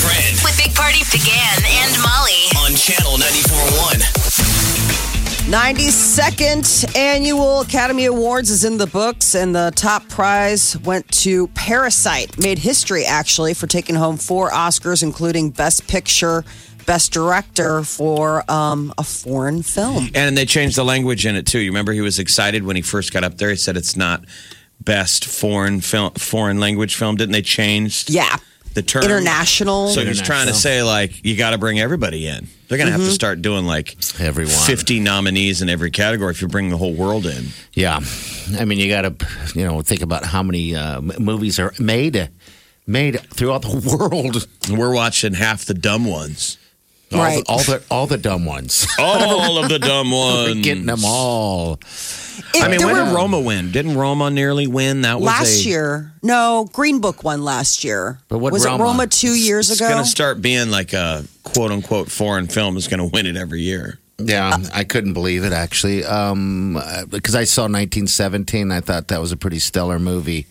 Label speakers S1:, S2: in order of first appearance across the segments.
S1: trend
S2: with Big Party began and Molly.
S1: on channel 94.1.
S3: 92nd annual Academy Awards is in the books, and the top prize went to Parasite. Made history, actually, for taking home four Oscars, including Best Picture, Best Director for um, a foreign film.
S4: And they changed the language in it too. You remember he was excited when he first got up there. He said it's not best foreign film, foreign language film. Didn't they change
S3: Yeah.
S4: the term
S3: International.
S4: So he was trying to say like you got to bring everybody in. They're going to
S3: Mm-hmm.
S4: have to start doing like
S5: Everyone.
S4: fifty nominees in every category if you bring the whole world in.
S5: Yeah, I mean, you got to, you know, think about how many uh, m- movies are made, made throughout the world.
S4: We're watching half the dumb ones.
S5: All
S3: Right.
S5: the, all the all the dumb ones.
S4: All of the dumb
S5: We're
S4: ones.
S5: getting them all.
S3: If
S4: I mean,
S3: there
S4: when
S3: were-
S4: did Roma win? Didn't Roma nearly win? That was
S3: last
S4: a-
S3: year. No, Green Book won last year.
S5: But what
S3: was it
S5: Roma?
S3: Roma two years
S4: It's
S3: ago?
S4: going to start being like a quote unquote foreign film is going to win it every year.
S5: Yeah, I couldn't believe it actually, um, uh, because I saw 1917. I thought that was a pretty stellar movie.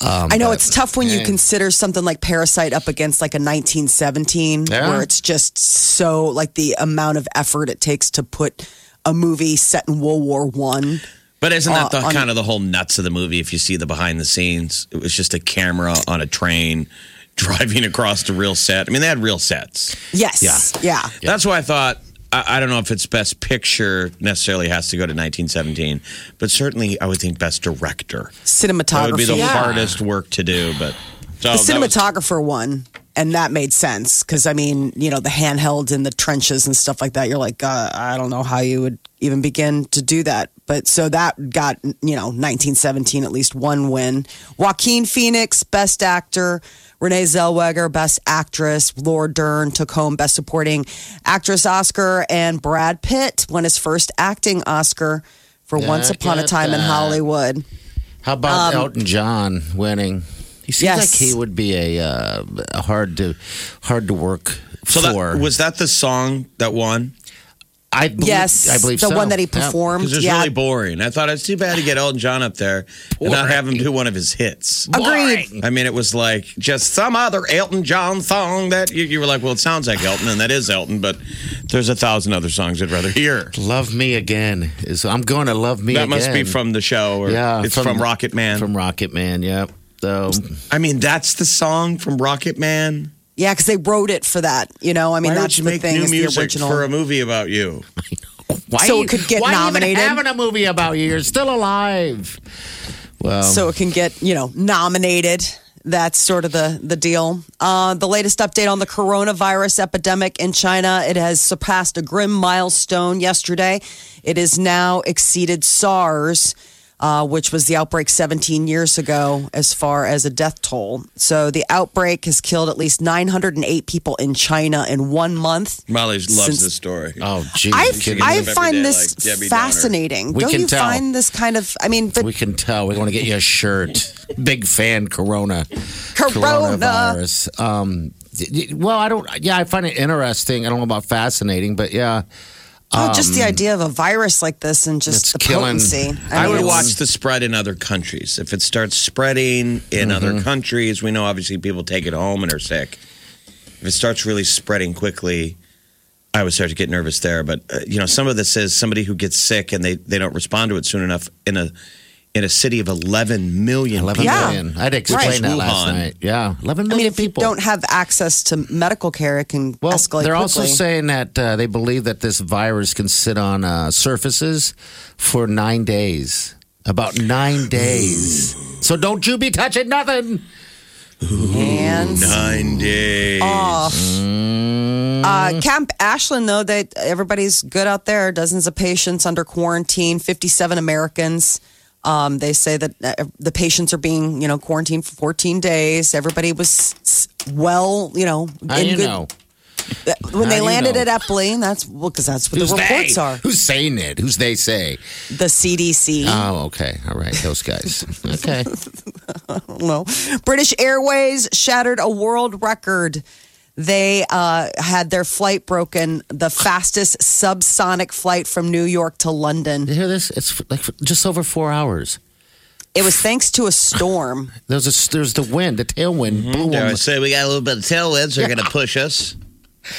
S3: I know it's tough when you
S5: Yeah.
S3: consider something like Parasite up against like a 1917,
S5: Yeah.
S3: where it's just so like the amount of effort it takes to put a movie set in World War One.
S4: But isn't that the
S3: Uh, on-
S4: kind of the whole nuts of the movie? If you see the behind the scenes, it was just a camera on a train driving across the real set. I mean, they had real sets.
S3: Yes,
S5: Yeah.
S3: yeah.
S4: That's why I thought. I I don't know if it's best picture necessarily has to go to 1917, but certainly I would think best director.
S3: Cinematography.
S4: That would be the
S3: Yeah.
S4: hardest work to do, but so
S3: The
S4: Oh, that was-
S3: cinematographer won, and that made sense because I mean, you know, the handheld in the trenches and stuff like that. You're like, uh, I don't know how you would even begin to do that. But so that got you know 1917 at least one win. Joaquin Phoenix, Best Actor. Renee Zellweger, Best Actress. Laura Dern took home Best Supporting Actress Oscar, and Brad Pitt won his first acting Oscar for
S5: Yeah,
S3: Once Upon a
S5: get
S3: Time in
S5: that.
S3: Hollywood.
S5: How about Elton John winning? He seems
S3: Um, Yes.
S5: like he would be a uh, a hard to hard to work
S4: so that,
S5: for.
S4: was that the song that won?
S5: I believe,
S3: Yes,
S5: I believe
S3: the
S5: so.
S3: one that he
S5: Yeah.
S3: performed.
S4: Because it was
S3: yeah,
S4: really boring. I thought it's too bad to get Elton John up there and not have him do one of his hits.
S3: agreed.
S4: I mean, it was like just some other Elton John song that you, you were like, well, it sounds like Elton, and that is Elton, but there's a thousand other songs I'd rather hear.
S5: Love Me Again is I'm going to love me
S4: That
S5: again.
S4: must be from the show, or
S5: yeah,
S4: it's from, Rocket Man.
S5: From Rocket Man, yeah. So
S4: I mean, that's the song from Rocket Man.
S3: Yeah, because they wrote it for that. You know, I mean,
S4: Why would
S3: that's
S4: you
S3: the
S4: make
S3: thing
S4: new
S3: is the
S4: music
S3: original.
S4: for a movie about you?
S5: why
S3: So
S5: you-
S3: it could get
S5: why
S3: nominated?
S5: Even having a movie about you, you're still alive. Well,
S3: so it can get you know nominated. That's sort of the the deal. Uh, the latest update on the coronavirus epidemic in China: it has surpassed a grim milestone yesterday. It has now exceeded SARS. Uh, which was the outbreak 17 years ago, as far as a death toll. So, the outbreak has killed at least 908 people in China in one month.
S4: Molly loves
S3: Since-
S4: this story.
S5: oh geez,
S3: I,
S5: you kidding
S3: I
S5: me?
S4: every
S3: find
S4: day,
S3: this
S4: like Debbie Downer.
S3: fascinating.
S5: We
S3: Don't
S5: can
S3: you
S5: tell.
S3: find this kind of? I mean, but
S5: we can tell. We're going to get you a shirt. Big fan, Corona.
S3: Corona.
S5: Coronavirus. Um, y- y- well, I don't. Yeah, I find it interesting. I don't know about fascinating, but yeah,
S3: oh, just the idea of a virus like this and
S5: it's
S3: just the
S5: Um, killing-
S3: potency.
S4: I,
S3: mean,
S4: would
S3: it's-
S4: watch the spread in other countries. If it starts spreading in other countries, we know obviously people take it home and are sick. If it starts really spreading quickly, I would start to get nervous there. But uh, you know, some of this is somebody who gets sick and they they don't respond to it soon enough in a in a city of 11 million
S5: 11
S3: Yeah.
S5: million. I had to explain
S4: Right.
S5: that last
S4: Wuhan.
S5: night. Yeah, eleven million
S3: I mean, if
S5: people.
S3: you don't have access to medical care, it can
S5: Well,
S3: escalate.
S5: they're also
S3: quickly.
S5: saying that uh, they believe that this virus can sit on uh, surfaces for nine days. About nine days. So don't you be touching nothing.
S3: Hands
S4: Nine days.
S3: off. Uh, Camp Ashland, though, that everybody's good out there. Dozens of patients under quarantine, 57 Americans. Um, they say that uh, the patients are being, you know, quarantined for 14 days. Everybody was s- well, you know,
S5: How
S3: in
S5: you
S3: good-
S5: know?
S3: when
S5: How
S3: they
S5: you
S3: landed
S5: know?
S3: at Epley, and that's well, because that's what
S5: Who's
S3: the reports
S5: they?
S3: are. Mm.
S5: Who's saying it? Who's they say?
S3: The CDC.
S5: Oh, okay. All right. Those guys. Okay.
S3: no. British Airways shattered a world record. They uh, had their flight broken, the fastest subsonic flight from New York to London.
S5: You hear this? It's like just over four hours.
S3: It was thanks to a storm.
S5: There's a, there's the wind, the tailwind
S3: Mm-hmm.
S5: blew
S4: They
S5: them.
S4: always say we got a little bit of tailwinds. They're going to push us.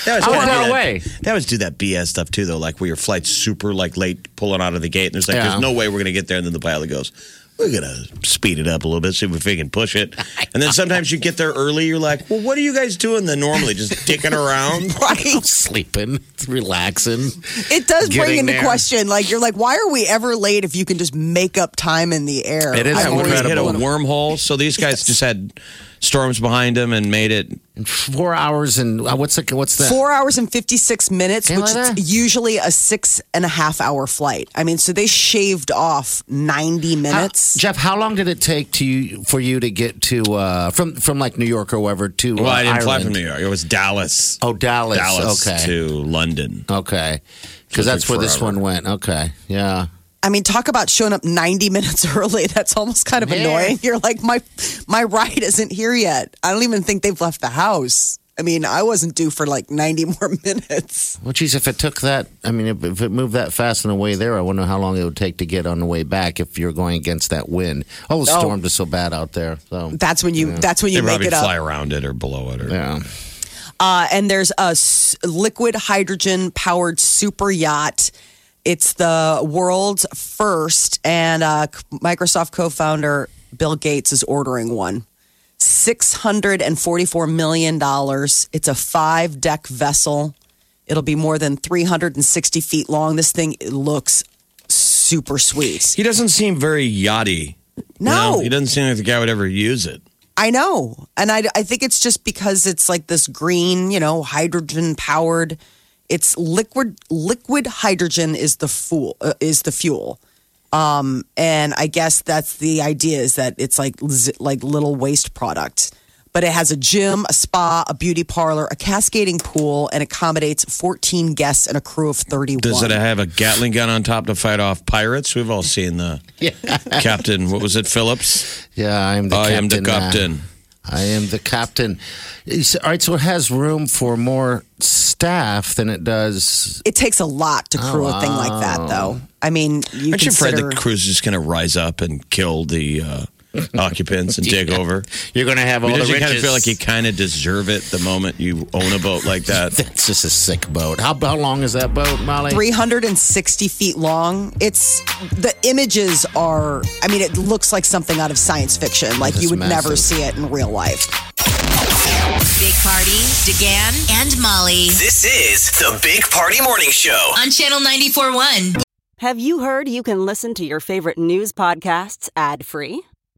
S4: They always
S5: How
S4: kinda
S5: far
S4: do that-
S5: away?
S4: They always do that BS stuff too, though. Like where your flight's super like late pulling out of the gate, and there's like
S5: Yeah.
S4: there's no way we're going to get there, and then the pilot goes. We're gonna speed it up a little bit, see if we can push it. And then sometimes you get there early. You're like, "Well, what are you guys doing?" Then normally just dicking around.
S3: Right.
S5: Sleeping, relaxing.
S3: It does bring
S5: Getting
S3: into
S5: there.
S3: question, like you're like, why are we ever late if you can just make up time in the air?
S5: It is
S3: I've
S4: We
S3: always
S4: hit a
S5: incredible.
S3: wondered-
S4: wormhole. So these guys just had storms behind them and made it.
S5: Four hours and uh, what's the what's that?
S3: Four hours and 56 minutes,
S5: Hey,
S3: which is
S5: Lana.
S3: usually a six and a half hour flight. I mean, so they shaved off 90
S5: How-
S3: minutes.
S5: Jeff, how long did it take to you for you to get to uh, from from like New York or wherever to?
S4: Well,
S5: uh,
S4: I didn't fly
S5: Ireland?
S4: from New York. It was Dallas.
S5: Oh, Dallas.
S4: Dallas
S5: okay.
S4: to London.
S5: Okay.
S4: Took
S5: Because that's where this
S4: forever.
S5: one went. Okay. Yeah.
S3: I mean, talk about showing up 90 minutes early. That's almost kind of
S5: Yeah.
S3: annoying. You're like, my my ride isn't here yet. I don't even think they've left the house. I mean, I wasn't due for like 90 more minutes.
S5: Well, geez, if it took that, I mean, if, if it moved that fast on the way there, I wonder how long it would take to get on the way back if you're going against that wind. Oh, the
S3: Oh.
S5: storm is so bad out there. So,
S3: That's when you that's when
S4: They
S3: you make
S4: probably
S3: it
S4: fly
S3: up.
S4: around it or below it. Or
S5: yeah.
S3: Uh, and there's a s- liquid hydrogen powered super yacht. It's the world's first, and uh, Microsoft co-founder Bill Gates is ordering one. $644 million. It's a five deck vessel. It'll be more than 360 feet long. This thing looks super sweet.
S4: He doesn't seem very yachty.
S3: No.
S4: he doesn't seem like the guy would ever use it.
S3: I know. And I, I think it's just because it's like this green, you know, hydrogen powered. It's liquid liquid hydrogen is the fuel uh, is the fuel. Um and I guess that's the idea is that it's like z- like little waste product. But it has a gym, a spa, a beauty parlor, a cascading pool and accommodates 14 guests and a crew of 31.
S4: Does it have a Gatling gun on top to fight off pirates? We've all seen the captain. What was it, Phillips?
S5: Yeah, I am the
S4: I
S5: captain.
S4: am the
S5: now.
S4: captain.
S5: I am the captain. It's- all right, so it has room for more staff than it does.
S3: it takes a lot to crew a thing like that though. I mean, you
S4: Aren't you afraid
S3: consider
S4: the crew's just going to rise up and kill the uh, occupants and take over?
S5: You're going to have all
S4: Well,
S5: the
S4: don't you kind of
S5: riches.
S4: feel like you kind of deserve it the moment you own a boat like that?
S5: That's just a sick boat. How, how long is that boat, Molly?
S3: 360 feet long. It's the images are, I mean, it looks like something out of science fiction. Like you
S5: It's
S3: would never
S5: massive.
S3: see it in real life.
S2: Big Party, DeGan, and Molly
S1: This is the Big Party Morning Show.
S2: on Channel 94.1.
S6: Have you heard you can listen to your favorite news podcasts ad free?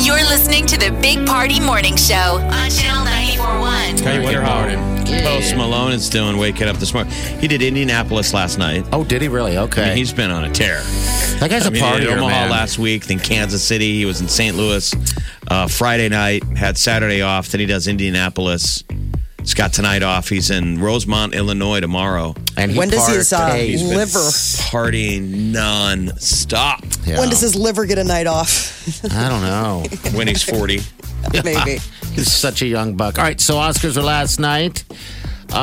S2: You're listening to the Big Party Morning Show on Channel 94.1.
S4: I wonder how Post Malone is doing waking up this morning. He did Indianapolis last night.
S5: oh, did he really? Okay.
S4: And he's been on a tear.
S5: that guy's
S4: I
S5: a
S4: mean, he
S5: party.
S4: did Omaha
S5: man.
S4: last week, then Kansas City. He was in St. Louis uh, Friday night, had Saturday off. Then he does Indianapolis. He's got tonight off. He's in Rosemont, Illinois tomorrow.
S5: And he
S3: When does his, uh,
S5: parked.
S4: He's been
S3: Liver.
S4: partying nonstop
S5: Yeah.
S3: When does his liver get a night off?
S5: I don't know.
S4: when he's 40.
S3: Maybe.
S5: He's such a young buck. All right, so Oscars were last night. Uh,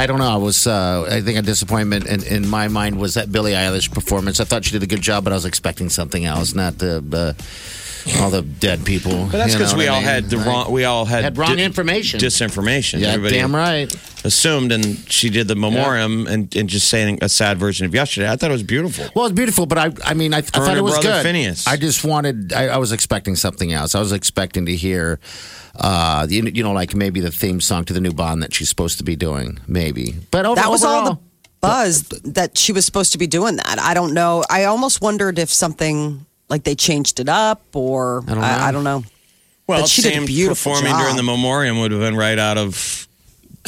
S5: I don't know. I was. Uh, I think a disappointment in, in my mind was that Billie Eilish performance. I thought she did a good job, but I was expecting something else, not the, the all the dead people.
S4: But that's
S5: you know
S4: because
S5: what
S4: we
S5: I
S4: all
S5: mean?
S4: had the
S5: Like,
S4: wrong. We all had,
S5: had wrong
S4: di-
S5: information.
S4: Disinformation.
S5: yeah,
S4: Everybody
S5: damn right.
S4: assumed, and she did the memoriam and, and just saying a sad version of yesterday. I thought it was beautiful.
S5: Well, it's beautiful, but I, I mean, I, I
S4: and
S5: thought
S4: her
S5: it was
S4: brother
S5: good.
S4: Phineas.
S5: I just wanted, I, I was expecting something else. I was expecting to hear, uh, you, you know, like maybe the theme song to the new Bond that she's supposed to be doing, maybe. But over,
S3: That was all the
S5: overall-
S3: buzz that she was supposed to be doing that. I don't know. I almost wondered if something like they changed it up or I
S5: don't know.
S3: I, don't know.
S4: Well,
S3: But she
S4: it
S3: did a
S4: seemed
S3: beautiful
S4: performing
S3: job.
S4: during the memoriam would have been right out of,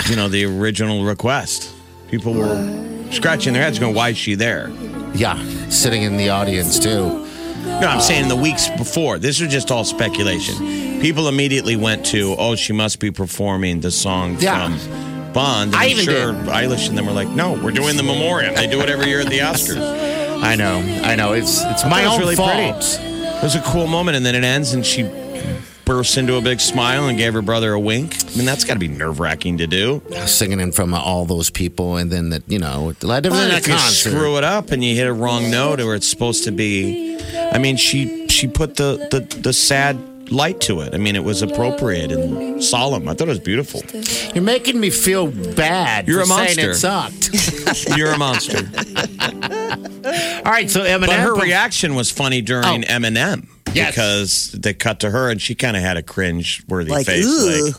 S4: you know, the original request. People were scratching their heads, going, "Why is she there?"
S5: yeah, sitting in the audience too.
S4: No, I'm saying the weeks before. This was just all speculation. People immediately went to, "Oh, she must be performing the song
S5: Yeah.
S4: from Bond." And
S5: I
S4: I'm
S5: even
S4: sure
S5: did.
S4: Eilish and them were like, "No, we're doing the memoriam. They do it every year at the Oscars."
S5: I know, I know. It's it's my
S4: That was
S5: own
S4: really
S5: fault.
S4: pretty. It was a cool moment, and then it ends, and she bursts into a big smile and gave her brother a wink. I mean, that's got to be nerve wracking to do.
S5: Singing in front of all those people, and then that you know, like there was
S4: But
S5: a
S4: if you
S5: concert.
S4: screw it up and you hit a wrong note or it's supposed to be I mean she she put the, the, the sad light to it. I mean it was appropriate and solemn. I thought it was beautiful.
S5: You're making me feel bad.
S4: You're
S5: for
S4: a
S5: saying
S4: monster.
S5: It sucked.
S4: You're a monster.
S5: all right, so Eminem.
S4: But her
S5: perf-
S4: reaction was funny during
S5: Oh.
S4: Eminem.
S5: Yes.
S4: Because they cut to her and she kinda had a cringe worthy
S3: Like,
S4: face.
S3: "Ooh."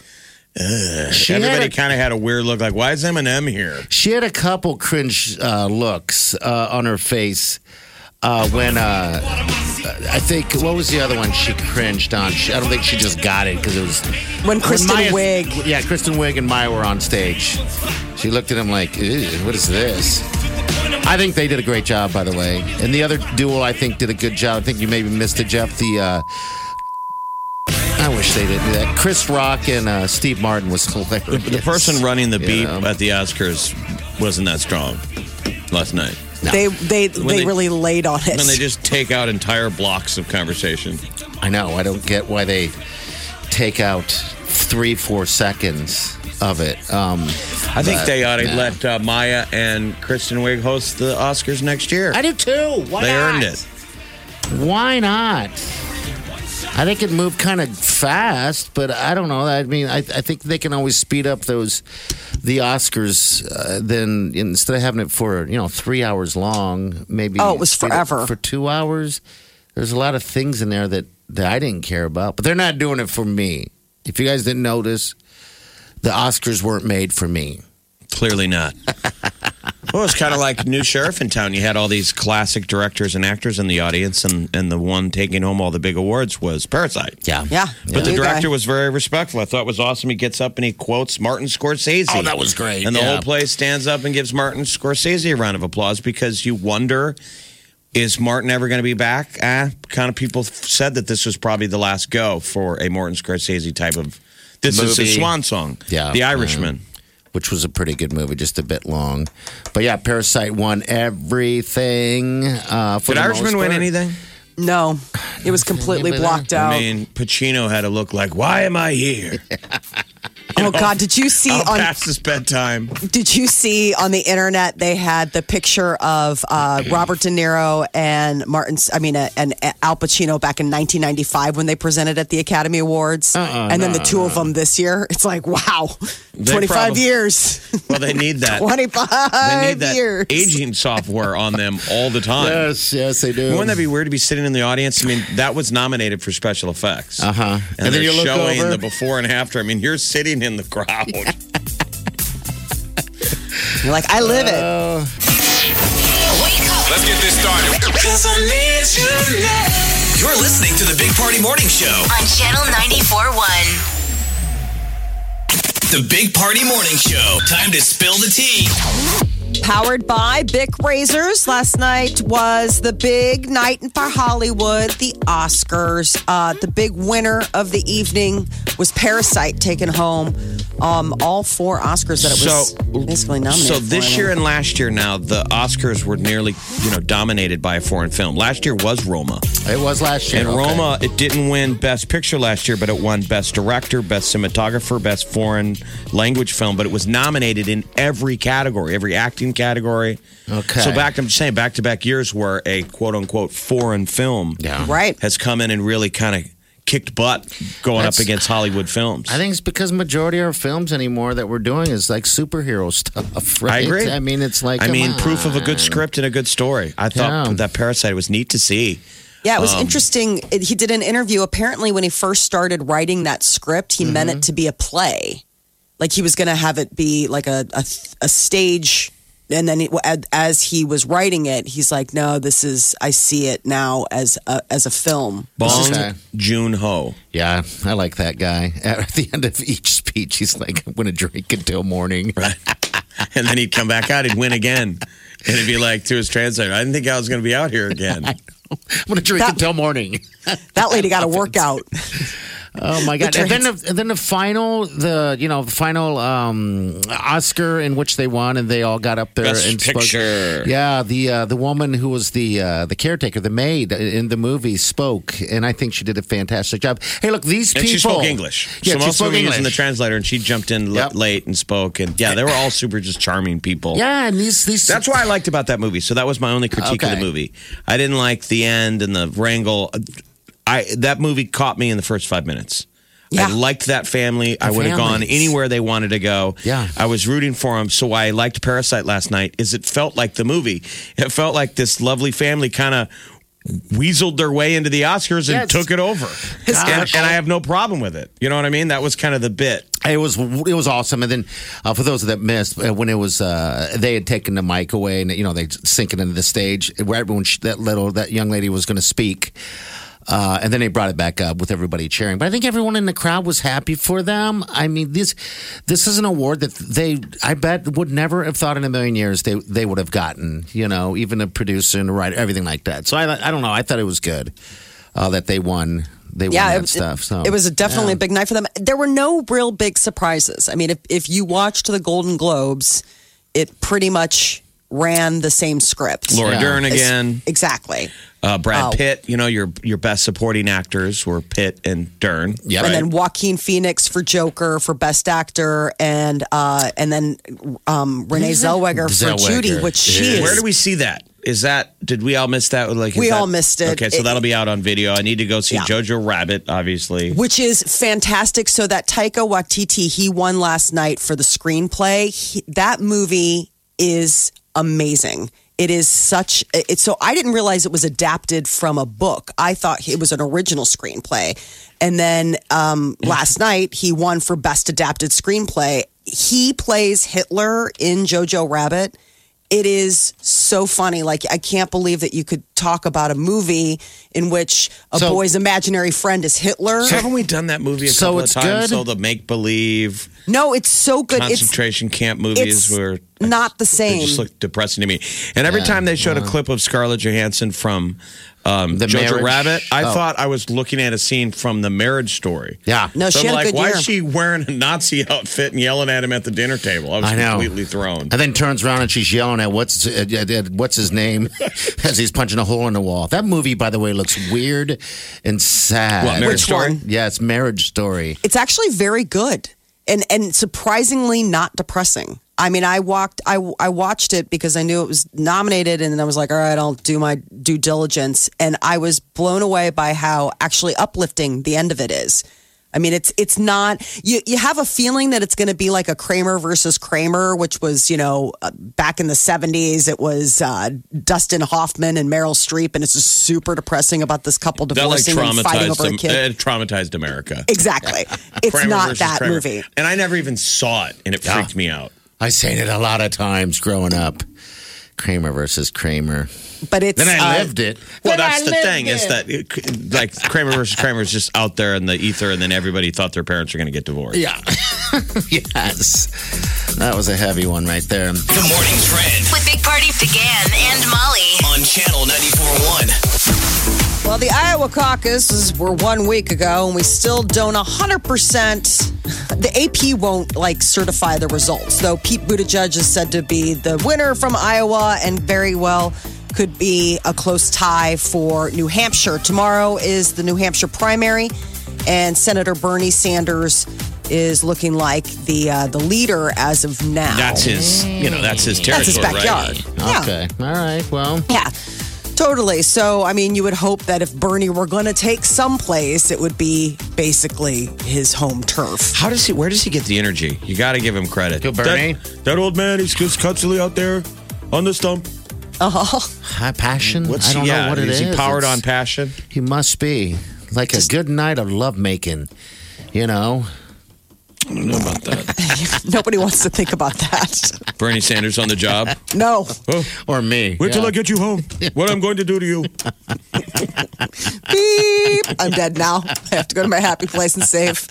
S4: Like
S5: she had
S4: everybody
S5: a-
S4: kinda had a weird look like, why is Eminem here?
S5: She had a couple cringe uh, looks uh, on her face uh, when uh, I think what was the other one she cringed on? She, I don't think she just got it because it was
S3: When Kristen Wiig-
S5: Yeah, Kristen Wiig and Maya were on stage. She looked at him like, "Ew, "What is this?" I think they did a great job, by the way. And the other duel, I think, did a good job. I think you maybe missed it, Jeff. The uh, I wish they didn't do that. Chris Rock and uh, Steve Martin was hilarious.
S4: The, the person running the
S5: You
S4: beep
S5: know?
S4: at the Oscars wasn't that strong last night.
S3: They they they,
S4: When they-
S3: really laid on it.
S4: And they just take out entire blocks of conversation.
S5: I know. I don't get why they take out three, four seconds of it. Um,
S4: I think
S5: but,
S4: they ought to
S5: nah.
S4: let uh, Maya and Kristen Wiig host the Oscars next year.
S5: I do too. Why
S4: they
S5: not?
S4: earned it.
S5: Why not? I think it moved kind of fast, but I don't know. I mean, I, I think they can always speed up those the Oscars. Uh, then instead of having it for you know three hours long, maybe
S3: Oh, it was
S5: speed up
S3: forever.
S5: for two hours. There's a lot of things in there that that I didn't care about, but they're not doing it for me. If you guys didn't notice, the Oscars weren't made for me.
S4: Clearly not. well, it's kind of like New Sheriff in Town. You had all these classic directors and actors in the audience, and, and the one taking home all the big awards was Parasite.
S5: Yeah,
S3: yeah.
S4: But the
S3: New guy.
S4: director was very respectful. I thought it was awesome. He gets up and he quotes Martin Scorsese.
S5: Oh, that was great.
S4: And the
S5: Yeah.
S4: whole place stands up and gives Martin Scorsese a round of applause because you wonder is Martin ever going to be back? Ah, kind of people said that this was probably the last go for a Martin Scorsese type of. This is his
S5: Movie.
S4: swan song.
S5: Yeah.
S4: The Irishman.
S5: which was a pretty good movie, just a bit long. But yeah, Parasite won everything. Uh, for
S4: Did
S5: the
S4: Irishman
S5: most
S4: win
S5: part.
S4: anything?
S3: no, it was completely
S5: Anybody
S3: blocked out.
S4: I mean, Pacino had a look like, why am I here?
S3: oh God, did you see
S4: I'll
S3: on
S4: pass this bedtime.
S3: Did you see on the internet they had the picture of uh, Robert De Niro and Martin? I mean, uh, and Al Pacino back in 1995 when they presented at the Academy Awards,
S4: Uh-uh,
S3: and then the two of them this year. It's like wow, 25
S4: probab-
S3: years,
S4: Well, they need that.
S3: 25
S4: They need that
S3: years.
S4: aging software on them all the time.
S5: Yes, yes, they do.
S4: Wouldn't that be weird to be sitting in the audience? I mean, that was nominated for special effects. Uh
S5: Uh-huh.
S4: And,
S5: And then
S4: they're
S5: you look
S4: showing
S5: over.
S4: the before and after. I mean, you're sitting in the crowd.
S3: You're like I live it.
S5: Uh,
S7: Let's get this started.
S1: You're listening to the Big Party Morning Show.
S2: On Channel 94.1.
S1: The Big Party Morning Show. Time to spill the tea.
S3: Powered by Bic Razors. Last night was the big night for Hollywood, the Oscars. Uh, the big winner of the evening was Parasite taken home um, all four Oscars that it was basically nominated.
S4: So
S3: for, I
S4: this
S3: think.
S4: year and last year now, the Oscars were nearly, you know, dominated by a foreign film. Last year was Roma.
S5: It was last year.
S4: And
S5: okay.
S4: Roma, it didn't win Best Picture last year, but it won Best Director, Best Cinematographer, Best Foreign Language Film. But it was nominated in every category, every acting category.
S5: Okay.
S4: So back, I'm just saying, back to back years where a quote unquote foreign film
S5: Yeah.
S3: right?
S4: has come in and really kind of kicked butt going
S5: That's-
S4: up against Hollywood films.
S5: I think it's because majority of our films anymore that we're doing is like superhero stuff, right?
S4: I agree.
S5: I mean, it's like
S4: I
S5: come
S4: mean, proof of a
S5: on.
S4: good script and a good story. I thought
S5: Yeah.
S4: that Parasite was neat to see.
S3: Yeah,
S5: Um,
S3: it was interesting. It, he did an interview. Apparently, when he first started writing that script, he meant
S5: Mm-hmm.
S3: it to be a play. Like he was going to have it be like a a, a stage. And then it, as he was writing it, he's like, "No, this is. I see it now as a, as a film."
S4: Bong
S5: Okay.
S4: Joon Ho.
S5: Yeah, I like that guy. At the end of each speech, he's like, "I'm gonna drink until morning."
S4: And then he'd come back out, he'd win again. And it'd be like to his translator, I didn't think I was going to be out here again.
S5: I'm gonna drink
S3: That-
S5: until morning.
S3: That lady got a workout.
S5: Oh my god!
S3: The
S5: and then the and then the final, the you know, the final um, Oscar in which they won, and they all got up there
S4: Best
S5: and spoke.
S4: Picture.
S5: Yeah, the uh, the woman who was the uh, the caretaker, the maid in the movie, spoke, and I think she did a fantastic job. Hey, look, these
S4: And
S5: people.
S4: she spoke English.
S5: Yeah,
S4: so
S5: she
S4: most
S5: spoke
S4: of them
S5: English.
S4: using the translator, and she jumped in l-
S5: Yep.
S4: late and spoke. And yeah, they were all super just charming people.
S5: yeah, and these these.
S4: That's what I liked about that movie. So that was my only critique of
S5: Okay.
S4: the movie. I didn't like the end and the wrangle. I that movie caught me in the first five minutes.
S3: Yeah.
S4: I liked that family. I would have gone
S5: families.
S4: anywhere they wanted to go.
S5: Yeah.
S4: I was rooting for them. So why I liked Parasite last night is it felt like the movie. It felt like this lovely family kind of weaseled their way into the Oscars and
S5: Yes.
S4: took it over. And, and I have no problem with it. You know what I mean? That was kind of the bit.
S5: It was it was awesome, and then uh, for those that missed, uh, when it was uh, they had taken the mic away, and you know they sink it into the stage where everyone sh- that little that young lady was going to speak, uh, and then they brought it back up with everybody cheering. But I think everyone in the crowd was happy for them. I mean this this is an award that they I bet would never have thought in a million years they they would have gotten. You know, even a producer and a writer, everything like that. So I I don't know. I thought it was good uh, that they won. They won that
S3: it,
S5: stuff. So
S3: it was a, definitely
S5: yeah.
S3: a big night for them. There were no real big surprises. I mean, if if you watched the Golden Globes, it pretty much ran the same script.
S4: Laura
S5: Yeah.
S4: Dern again.
S3: Exactly.
S4: Uh, Brad
S3: Oh.
S4: Pitt, you know, your your best supporting actors were Pitt and Dern.
S5: Yep.
S4: right?
S3: and then Joaquin Phoenix for Joker for Best Actor, and uh, and then um, Renee Zellweger,
S5: Zellweger.
S3: for Judy, which she is.
S4: Where do we see that? Is that did we all miss that? Like is
S3: We
S4: that-
S3: all missed it.
S4: Okay, so
S3: It-
S4: that'll be out on video. I need to go see
S3: Yeah.
S4: Jojo Rabbit, obviously.
S3: which is fantastic. So that Taika Waititi, he won last night for the screenplay. He, that movie is amazing. It is such. It's so I didn't realize it was adapted from a book. I thought it was an original screenplay, and then um, last night he won for best adapted screenplay. He plays Hitler in Jojo Rabbit. It is so funny. Like I can't believe that you could talk about a movie in which a
S5: So-
S3: boy's imaginary friend is Hitler.
S4: Haven't we done that movie a
S5: So
S4: couple
S5: it's
S4: of times?
S5: good?
S4: So the make believe
S3: No, it's so good. It's
S4: concentration camp movies
S3: it's
S4: were
S3: not the
S4: they
S3: same.
S4: just looked depressing to me. And every time they showed a clip of Scarlett Johansson from um,
S5: The
S4: Jojo
S5: marriage-
S4: Rabbit, I
S5: oh.
S4: thought I was looking at a scene from the marriage story.
S5: yeah.
S3: no,
S4: So
S3: she
S4: I'm
S3: had
S4: like,
S3: a good
S4: why
S3: year.
S4: is she wearing a Nazi outfit and yelling at him at the dinner table? I was
S5: I know.
S4: completely thrown.
S5: And then turns around and she's yelling at what's at, at- at what's his name as he's punching a hole in the wall. That movie, by the way, looks weird and sad.
S4: What, Marriage
S3: Which Story? one?
S5: Yeah, it's Marriage Story.
S3: it's actually very good and and surprisingly not depressing. I mean, I walked, I I watched it because I knew it was nominated, and then I was like, all right, I'll do my due diligence, and I was blown away by how actually uplifting the end of it is. I mean, it's it's not you you have a feeling that it's going to be like a Kramer versus Kramer, which was you know uh, back in the seventies, it was uh, Dustin Hoffman and Meryl Streep, and it's just super depressing about this couple
S4: that like
S3: divorcing and fighting
S4: traumatized
S3: over a
S4: Am-
S3: kid.
S4: it traumatized America.
S3: Exactly, it's
S4: Kramer
S3: not
S4: versus
S3: that
S4: Kramer.
S3: movie.
S4: And I never even saw it, and it
S5: Yeah.
S4: freaked me out.
S5: I seen it a lot of times growing up. Kramer versus Kramer.
S3: but it's
S5: Then I
S3: uh,
S5: lived it.
S4: Well, that's the thing is that it- like Kramer versus Kramer is just out there in the ether, and then everybody thought their parents were going to get divorced.
S5: Yeah. yes. That was a heavy one right there.
S1: The morning trend
S2: With Big Party began and Molly.
S1: on channel 941.
S3: Well, Well, the Iowa caucuses were one week ago, and we still don't 100%. The AP won't like certify the results, though Pete Buttigieg is said to be the winner from Iowa and very well could be a close tie for New Hampshire. Tomorrow is the New Hampshire primary, and Senator Bernie Sanders is looking like the uh, the leader as of now.
S4: That's his, you know, that's his territory.
S3: That's his backyard.
S4: Right?
S3: Yeah.
S5: Okay. All right. Well,
S3: Yeah, totally. So, I mean, you would hope that if Bernie were going to take someplace, it would be basically his home turf.
S4: How does he? Where does he get the energy? You got to give him credit.
S5: Go Bernie.
S4: That, that old man, he's just constantly out there on the stump.
S3: Uh-huh.
S5: high passion. I don't
S4: yeah,
S5: know what it is.
S4: Is he powered
S5: It's-
S4: on passion?
S5: He must be like a good night of lovemaking. You know,
S4: I don't know about that.
S3: Nobody wants to think about that.
S4: Bernie Sanders on the job.
S3: No,
S5: or me.
S4: Wait Oh, till
S5: Yeah.
S4: I get you home. What I'm going to do to you.
S3: beep. I'm dead now. I have to go to my happy place and save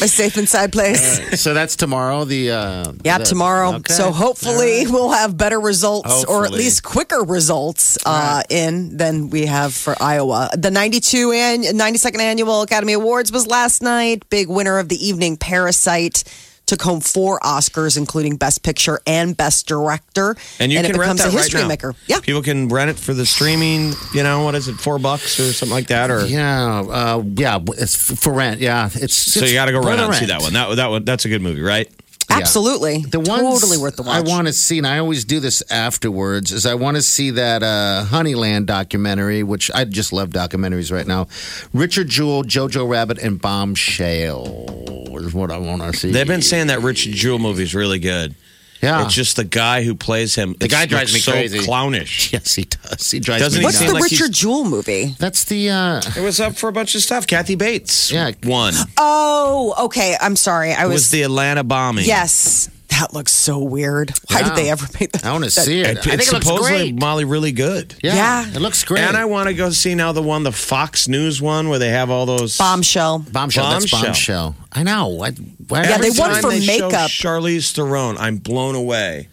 S3: my safe inside place.
S5: So that's tomorrow. The uh,
S3: Yeah,
S5: the-
S3: tomorrow.
S5: okay.
S3: So hopefully we'll have better results or at
S5: Hopefully.
S3: least quicker results uh, in than we have for Iowa. The 92 and 92nd annual Academy Awards was last night. Big winner of the evening, Parasite. Took home four Oscars, including Best Picture and Best Director,
S4: And you
S3: it
S4: can rent
S3: becomes
S4: that
S3: a history
S4: right now.
S3: maker. Yeah,
S4: people can rent it for the streaming. You know, what is it? Four bucks or something like that, or
S5: Yeah, uh, yeah, it's f- for rent. Yeah, it's
S4: so you got to go
S5: for
S4: run
S5: the
S4: out and see
S5: rent.
S4: that one. That that one, that's a good movie, right?
S3: absolutely.
S5: The one
S3: totally worth the watch.
S5: I want to see, and I always do this afterwards, is I want to see that uh, Honeyland documentary, which I just love documentaries right now. Richard Jewell, Jojo Rabbit, and Bombshell is what I want to see.
S4: They've been saying that Richard Jewell movie's really good.
S5: yeah.
S4: It's just the guy who plays him. The
S5: guy drives me
S4: so
S5: crazy.
S4: Clownish.
S5: yes, he does. He drives
S4: Doesn't
S5: me
S4: he
S3: What's
S5: nuts.
S4: seem
S3: the
S4: like he's-
S3: Richard Jewell movie?
S5: That's the uh,
S4: It was up for a bunch of stuff. Kathy Bates.
S5: Yeah.
S4: One.
S3: Oh, okay. I'm sorry. I
S4: It
S3: was,
S4: was the Atlanta bombing.
S3: yes. That looks so weird. Why did
S5: Wow.
S3: they ever make that?
S5: I want to
S3: that-
S5: see it.
S4: It,
S5: I think
S4: it's
S5: it looks
S4: supposedly
S5: great.
S4: Molly really good.
S5: Yeah,
S3: Yeah.
S5: it looks great.
S4: And I want to go see now the one, the Fox News one, where they have all those.
S3: Bombshell.
S5: bombshell, That's
S4: Bombshell.
S5: bombshell. I know. I, why
S3: Yeah,
S4: Every
S3: they won
S4: time
S3: for
S4: they show
S3: makeup.
S4: Charlize Theron. I'm blown away.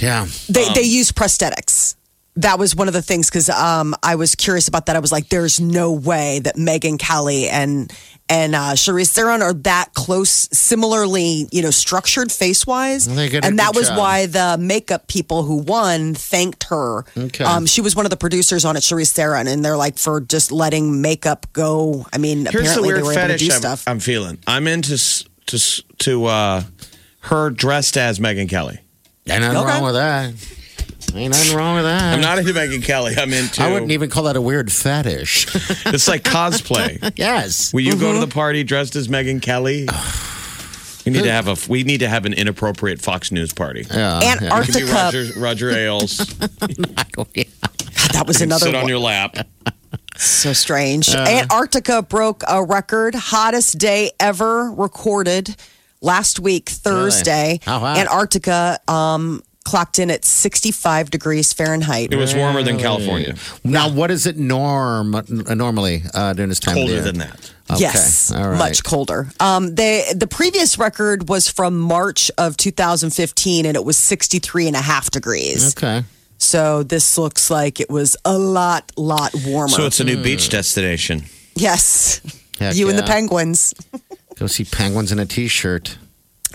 S5: Yeah.
S3: They they
S5: Um,
S3: use prosthetics. That was one of the things because um, I was curious about that. I was like, "There's no way that Megan Kelly and and uh, Charlize Theron are that close, similarly, you know, structured face wise."
S5: Well, they did a
S3: and that
S5: good
S3: was
S5: job.
S3: why the makeup people who won thanked her.
S5: Okay.
S3: Um, she was one of the producers on it, Charlize Theron, and they're like for just letting makeup go. I mean,
S4: Here's the
S3: apparently they
S4: weird
S3: were able to
S4: fetish
S3: do
S4: I'm,
S3: stuff.
S4: I'm feeling. I'm into s- to s- to uh, her dressed as Megan Kelly.
S5: Ain't nothing
S3: Okay.
S5: wrong with that. Ain't nothing wrong with that.
S4: I'm not into Megan Kelly. I'm into.
S5: I wouldn't even call that a weird fetish.
S4: It's like cosplay.
S5: yes.
S4: Will you go
S3: Mm-hmm.
S4: to the party dressed as Megan Kelly? We need to have a we need to have an inappropriate Fox News party.
S5: yeah. yeah.
S4: It could be
S3: Antarctica.
S4: Roger Roger Ailes.
S3: That was another
S4: sit
S3: one.
S4: on your lap.
S3: So strange.
S5: Uh.
S3: Antarctica broke a record, hottest day ever recorded last week, Thursday.
S5: How hot?
S3: Antarctica um, clocked in at 65 degrees Fahrenheit.
S4: It was warmer than California.
S5: Now, what is it norm uh, normally uh, during this time? of the
S4: Colder
S5: year?
S4: than that.
S5: Okay.
S3: Yes,
S5: All right.
S3: much colder. Um, they, the previous record was from March of 2015, and it was 63 and a half degrees.
S5: Okay.
S3: So this looks like it was a lot, lot warmer.
S4: So it's a new beach destination.
S3: yes,
S5: Heck
S3: you and the
S5: yeah.
S3: penguins.
S5: Go see penguins in a t-shirt.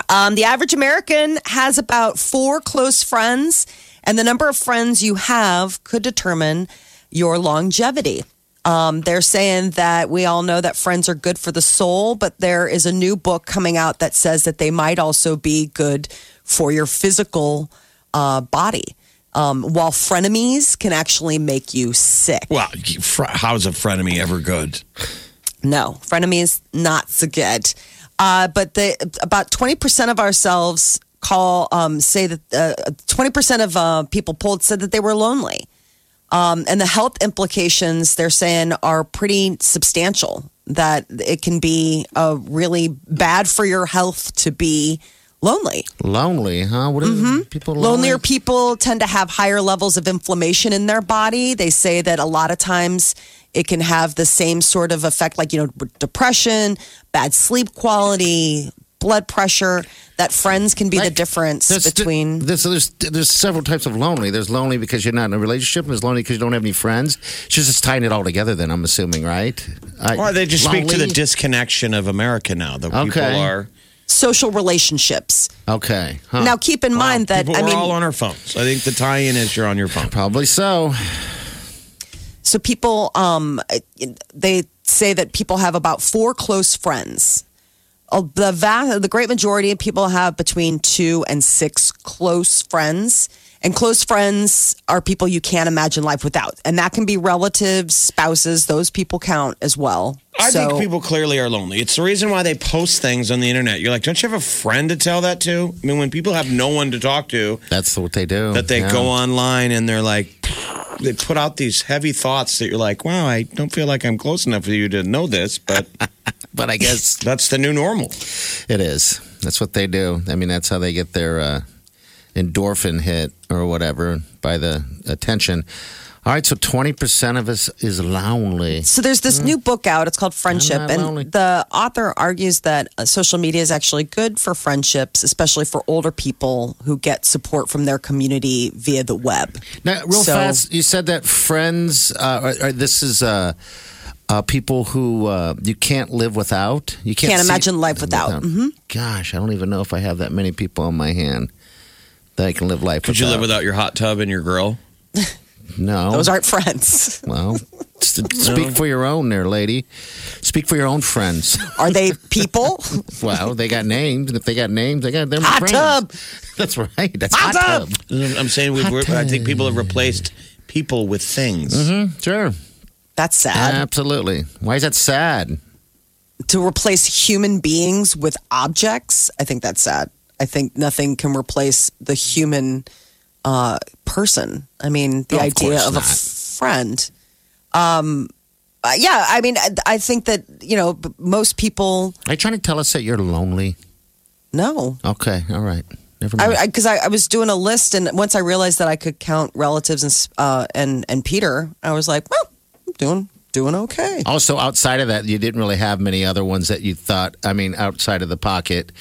S3: Um, the average American has about four close friends, and the number of friends you have could determine your longevity. Um, they're saying that we all know that friends are good for the soul, but there is a new book coming out that says that they might also be good for your physical uh, body. Um, while frenemies can actually make you sick.
S4: Well, fr- how's a frenemy ever good?
S3: No, frenemies not so good. Uh, but the about twenty percent of ourselves call um, say that twenty percent of uh, people polled said that they were lonely, um, and the health implications they're saying are pretty substantial. That it can be uh, really bad for your health to be lonely.
S5: Lonely, huh? What are people lonely?
S3: Mm-hmm. Lonelier people tend to have higher levels of inflammation in their body. They say that a lot of times it can have the same sort of effect, like, you know, depression, bad sleep quality, blood pressure, that friends can be the difference between.
S5: there's, there's there's several types of lonely. There's lonely because you're not in a relationship, and there's lonely because you don't have any friends. She's just tying it all together. Then I'm assuming, right? I-
S4: Or they just speak to the
S5: lonely?
S4: disconnection of America now. That
S5: Okay.
S4: people are.
S3: social relationships.
S5: Okay. huh.
S3: Now, keep in mind that
S4: people
S3: I
S4: are
S3: mean,
S4: all on our phones. I think the tie-in is you're on your phone.
S5: Probably so.
S3: so people, um, they say that people have about four close friends. Uh, The vast, the great majority of people have between two and six close friends, and close friends are people you can't imagine life without, and that can be relatives, spouses. Those people count as well.
S4: I
S3: so,
S4: think people clearly are lonely. It's the reason why they post things on the internet. You're like, don't you have a friend to tell that to? I mean, when people have no one to talk to,
S5: That's what they do.
S4: that they
S5: yeah.
S4: go online and they're like, they put out these heavy thoughts that you're like, wow, I don't feel like I'm close enough for you to know this, but
S5: But I guess
S4: that's the new normal.
S5: it is. That's what they do. I mean, that's how they get their uh, endorphin hit or whatever by the attention. All right, so 20% of us is lonely.
S3: So there's
S4: Mm.
S3: this new book out. It's called Friendship,
S5: I'm not
S3: and
S5: lonely.
S3: the author argues that uh, social media is actually good for friendships, especially for older people who get support from their community via the web.
S5: Now, real
S3: So-
S5: fast, you said that friends, uh, are, are, this is uh, uh, people who uh, you can't live without. You can't,
S3: Can't
S5: see-
S3: imagine life without. Mhm.
S5: Gosh, I don't even know if I have that many people on my hand that I can live life
S4: Could
S5: without.
S4: you live without your hot tub and your grill?
S5: No.
S3: Those aren't friends.
S5: well, s- speak for your own there, lady. Speak for your own friends.
S3: Are they people?
S5: Well, they got names, and if they got names, they got them.
S3: Hot
S5: friends.
S3: tub.
S5: That's right. That's
S3: Hot
S5: hot,
S3: tub.
S5: tub.
S4: I'm saying we've, we're, I think people have replaced people with things.
S5: Hmm, Sure,
S3: That's sad.
S5: Uh, absolutely. Why is that sad?
S3: to replace human beings with objects, I think that's sad. I think nothing can replace the human uh, person. I mean, the
S5: No, of
S3: idea
S5: course
S3: of a
S5: not.
S3: friend. Um, uh, yeah, I mean, I, I think that you know b- most people
S5: Are you trying to tell us that you're lonely?
S3: know.
S5: Okay, all right. Never mind.
S3: I because I, I, was doing a list, and once I realized that I could count relatives and s- uh, and and Peter, I was like, well, I'm doing doing okay.
S5: also, outside of that, you didn't really have many other ones that you thought. I mean, outside of the pocket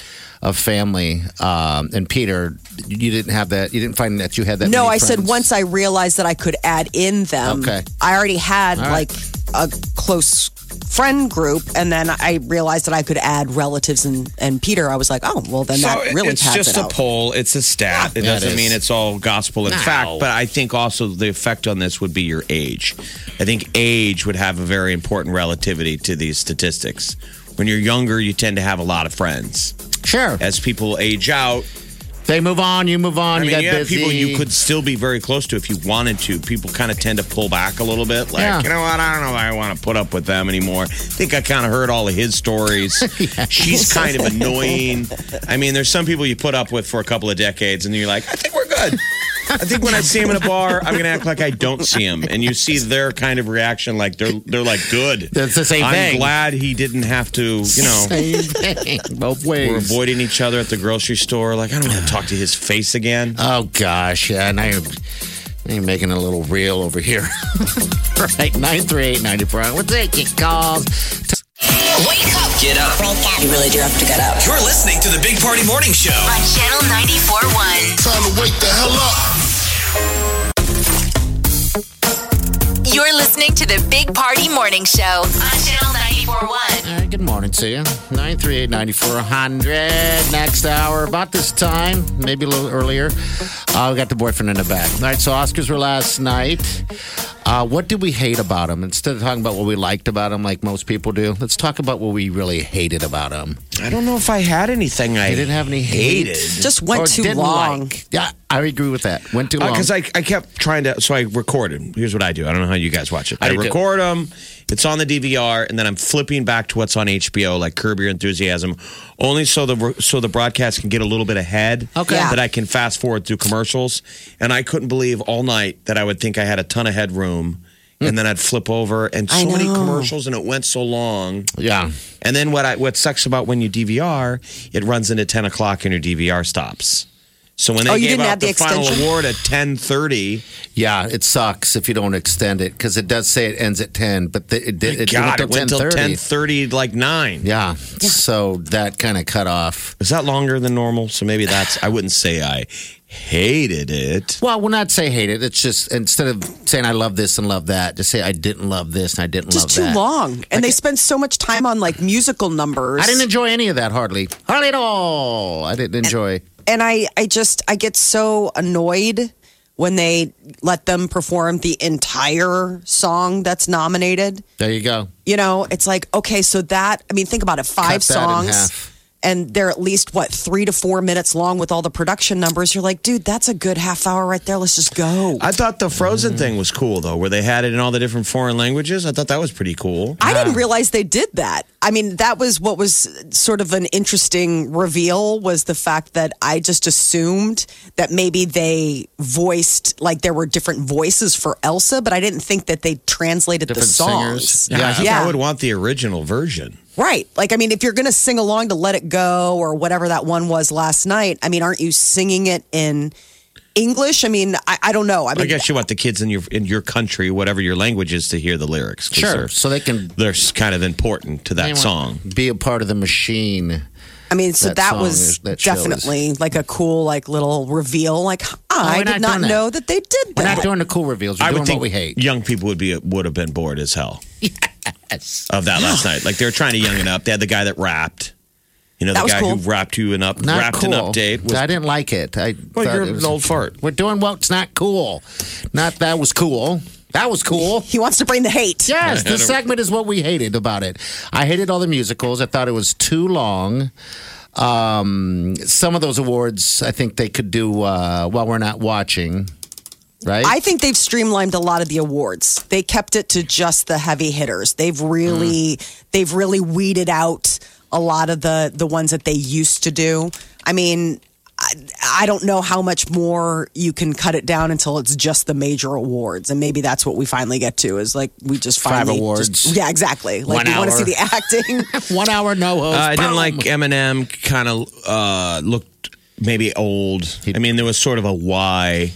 S5: of family um, and Peter, you didn't have that. You didn't find that you had that.
S3: No,
S5: many
S3: I said
S5: friends.
S3: once I realized that I could add in them.
S5: Okay.
S3: I already had
S5: All right.
S3: like a close friend group, and then I realized that I could add relatives and and Peter. I was like, oh well, then that really
S4: it's
S3: pads
S4: just
S3: it
S4: a
S3: out.
S4: poll. It's a stat. It
S5: Yeah, it
S4: doesn't
S5: is.
S4: mean it's all gospel and
S5: No.
S4: fact. But I think also the effect on this would be your age. I think age would have a very important relativity to these statistics. When you're younger, you tend to have a lot of friends.
S5: Sure,
S4: As people age out,
S5: they move on. You move on.
S4: I
S5: you
S4: mean,
S5: got
S4: you have
S5: busy.
S4: people you could still be very close to if you wanted to. People kind of tend to pull back a little bit. Like,
S5: Yeah.
S4: you know what? I don't know if I want to put up with them anymore. I think I kind of heard all of his stories. She's kind of annoying. I mean, there's some people you put up with for a couple of decades, and you're like, I think we're good. I think when I see him in a bar, I'm gonna act like I don't see him, and you see their kind of reaction, like they're they're like good.
S5: That's the same
S4: I'm
S5: thing.
S4: glad he didn't have to, you know.
S5: Same thing. Both ways.
S4: We're avoiding each other at the grocery store. Like I don't want to talk to his face again.
S5: Oh gosh, yeah, and I am making a little reel over here. All right, nine three eight ninety four. We'll take your calls.
S2: Wake up
S1: Get up.
S2: You really do have to get up.
S1: You're listening to the Big Party Morning Show.
S2: On Channel 94.1.
S7: Time to wake the hell up.
S2: You're listening to the Big Party Morning Show. On Channel 94.1.
S5: All right, good morning to you. Nine three eight ninety four hundred. Next hour, about this time, maybe a little earlier. Uh, we got the boyfriend in the back. All right, so Oscars were last night. Uh, what did we hate about him? Instead of talking about what we liked about him, like most people do, let's talk about what we really hated about him.
S4: I don't know if I had anything I
S5: He didn't have any hate.
S3: Just went
S5: or
S3: too
S5: didn't
S3: long.
S5: like. Yeah, I agree with that. Went too long.
S4: Because Uh, I, I kept trying to, so I recorded. Here's what I do. I don't know how you guys watch it. I,
S5: do too.
S4: record them. It's on the DVR, and then I'm flipping back to what's on HBO, like Curb Your Enthusiasm, only so the so the broadcast can get a little bit ahead.
S5: Okay.
S3: Yeah.
S4: That I can fast forward through commercials, and I couldn't believe all night that I would think I had a ton of headroom,
S5: Hmm.
S4: and then I'd flip over and so
S3: I
S4: many
S3: know.
S4: commercials, and it went so long.
S5: yeah.
S4: And then what I, what sucks about when you DVR, it runs into ten o'clock and your DVR stops. So when they
S3: Oh, you
S4: gave
S3: didn't
S4: out
S3: have the
S4: the, final
S3: extension?
S4: award at ten thirty,
S5: Yeah, it sucks if you don't extend it because it does say it ends at ten, but the, it did. It,
S4: God, it
S5: went
S4: went
S5: till
S4: till ten
S5: ten thirty.
S4: thirty, like nine.
S5: Yeah, so that kind of cut off.
S4: Is that longer than normal? So maybe that's. I wouldn't say I hated it.
S5: Well, we'll not say hate it. It's just instead of saying I love this and love that, just say I didn't love this and I didn't
S3: Just
S5: love
S3: too
S5: that.
S3: long, and they spend so much time on like musical numbers.
S5: I didn't enjoy any of that hardly, hardly at all. I didn't enjoy.
S3: and I, I just I get so annoyed when they let them perform the entire song that's nominated.
S5: There you go.
S3: You know, it's like okay, so that I mean, think about it, five
S5: Cut that in
S3: songs.
S5: half.
S3: And they're at least what three to four minutes long with all the production numbers. You're like, dude, that's a good half hour right there. Let's just go.
S4: I thought the
S5: Mm.
S4: Frozen thing was cool though, where they had it in all the different foreign languages. I thought that was pretty cool.
S3: I didn't realize they did that. I mean, that was what was sort of an interesting reveal was the fact that I just assumed that maybe they voiced like there were different voices for Elsa, but I didn't think that they translated
S5: Different
S3: the songs.
S5: singers.
S4: Yeah, I, think
S3: Yeah.
S4: I would want the original version.
S3: Right. Like I mean, if you're going to sing along to Let It Go or whatever that one was last night, I mean, aren't you singing it in English? I mean, I, I don't know. I mean,
S4: I guess you want the kids in your in your country, whatever your language is, to hear the lyrics. 'cause
S5: Sure.
S4: they're-
S5: So they can
S4: they're s- kind of important to that
S5: they
S4: song.
S5: want- be a part of the machine.
S3: I mean, so
S5: That
S3: that,
S5: song
S3: was
S5: is- that show is-
S3: definitely like a cool, like little reveal. Like I
S5: we're
S3: did
S5: not
S3: not
S5: doing that.
S3: know that they did
S5: We're
S3: that.
S5: not doing the cool reveals. We're
S4: I
S5: doing
S4: would think
S5: what we hate.
S4: young people would be would have been bored as hell of that last night. Like they were trying to young it up. They had the guy that rapped. You know,
S3: That
S4: the
S3: was
S4: guy
S3: cool.
S4: who rapped you an up,
S5: Not
S4: rapped
S5: cool.
S4: an update. Was,
S5: I didn't like it. I
S4: Well,
S5: thought
S4: you're
S5: it was-
S4: an old fart.
S5: We're doing what's not cool. Not that was cool. That was cool.
S3: he wants to bring the hate.
S5: Yes, this segment is what we hated about it. I hated all the musicals. I thought it was too long. Um, some of those awards, I think they could do uh, while we're not watching, right?
S3: I think they've streamlined a lot of the awards. They kept it to just the heavy hitters. They've really, they've really weeded out a lot of the the ones that they used to do. I mean, I, I don't know how much more you can cut it down until it's just the major awards, and maybe that's what we finally get to is like we just
S5: Five
S3: finally
S5: awards.
S3: just- yeah, exactly. Like
S5: One
S3: we want to
S5: hour.
S3: see the acting.
S5: One hour no host.
S4: uh, I didn't
S5: Boom.
S4: like Eminem. Kind of uh, looked maybe old. I mean, there was sort of a why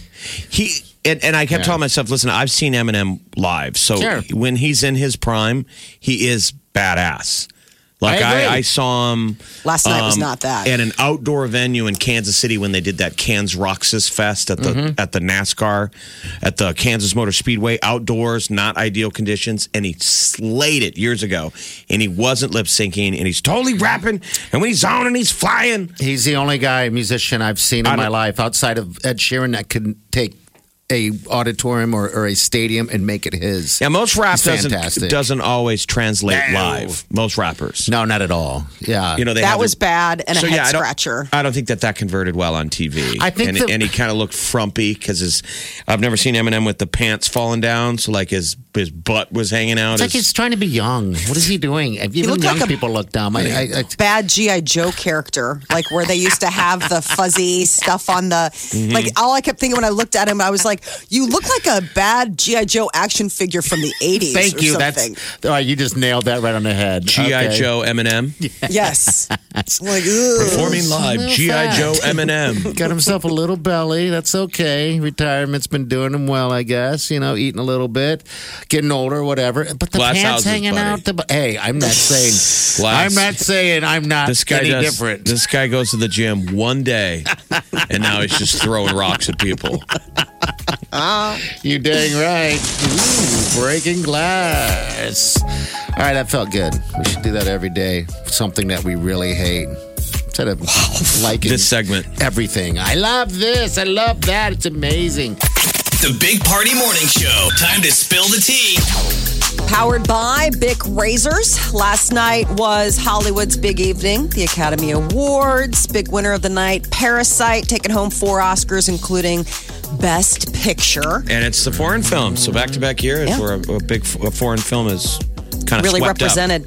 S4: he. And, and I kept telling myself, listen, I've seen Eminem live, so
S5: Sure.
S4: when he's in his prime, he is badass. Like
S5: I agree.
S4: I, I saw him.
S3: Last night was
S4: um,
S3: not that.
S4: At an outdoor venue in Kansas City when they did that Cans Roxas Fest at the at the NASCAR at the Kansas Motor Speedway outdoors, not ideal conditions, and he slayed it years ago. And he wasn't lip syncing, and he's totally rapping. And when he's on and he's flying,
S5: He's the only guy musician I've seen in
S4: I
S5: my
S4: don't-
S5: life outside of Ed Sheeran that could take a auditorium or, or a stadium and make it his.
S4: yeah, most rap
S5: He's
S4: doesn't
S5: fantastic.
S4: doesn't always translate
S5: No.
S4: live. Most rappers,
S5: No, not at all. Yeah,
S4: you know, they
S3: that
S4: have
S3: was
S4: their-
S3: bad and
S4: So,
S3: a head
S4: yeah, I don't-
S3: scratcher.
S4: I don't think that that converted well on TV.
S5: I think
S4: and,
S5: the-
S4: and he kind of looked frumpy because his. I've never seen Eminem with the pants falling down, so like his his butt was hanging out.
S5: It's like
S4: his-
S5: he's trying to be young. What is he doing? Even
S3: looked
S5: young
S3: like a-
S5: people look dumb. I, I, I,
S3: bad GI Joe character, like where they used to have the fuzzy stuff on the.
S5: Mm-hmm.
S3: Like all I kept thinking when I looked at him, I was like, "You look like a bad GI Joe action figure from the '80s."
S5: thank
S3: or
S5: you.
S3: Something.
S5: That's all right. You just nailed that right on the head.
S4: GI
S5: Okay.
S4: Joe Eminem
S3: yes. like ugh.
S4: performing live.
S5: Little
S4: GI
S5: fact.
S4: Joe Eminem.
S5: got himself a little belly. That's okay. Retirement's been doing him well, I guess. You know, eating a little bit, getting older, whatever. But the
S4: Glass
S5: pants
S4: houses,
S5: hanging
S4: buddy.
S5: out. The bu- hey, I'm not saying. I'm not saying I'm not
S4: This guy
S5: any
S4: does,
S5: different.
S4: This guy goes to the gym one day, and now he's just throwing rocks at people.
S5: You dang right. Ooh, breaking glass. All right, that felt good. We should do that every day. Something that we really hate. Instead of liking
S4: This segment.
S5: everything. I love this. I love that. It's amazing.
S1: The Big Party Morning Show. Time to spill the tea.
S3: Powered by Bic Razors. Last night was Hollywood's big evening, the Academy Awards. Big winner of the night, Parasite, taking home four Oscars, including Best Picture.
S4: And it's the foreign film. So back to back years
S3: Yeah.
S4: where a, a big f- a foreign film is kind of
S3: really represented.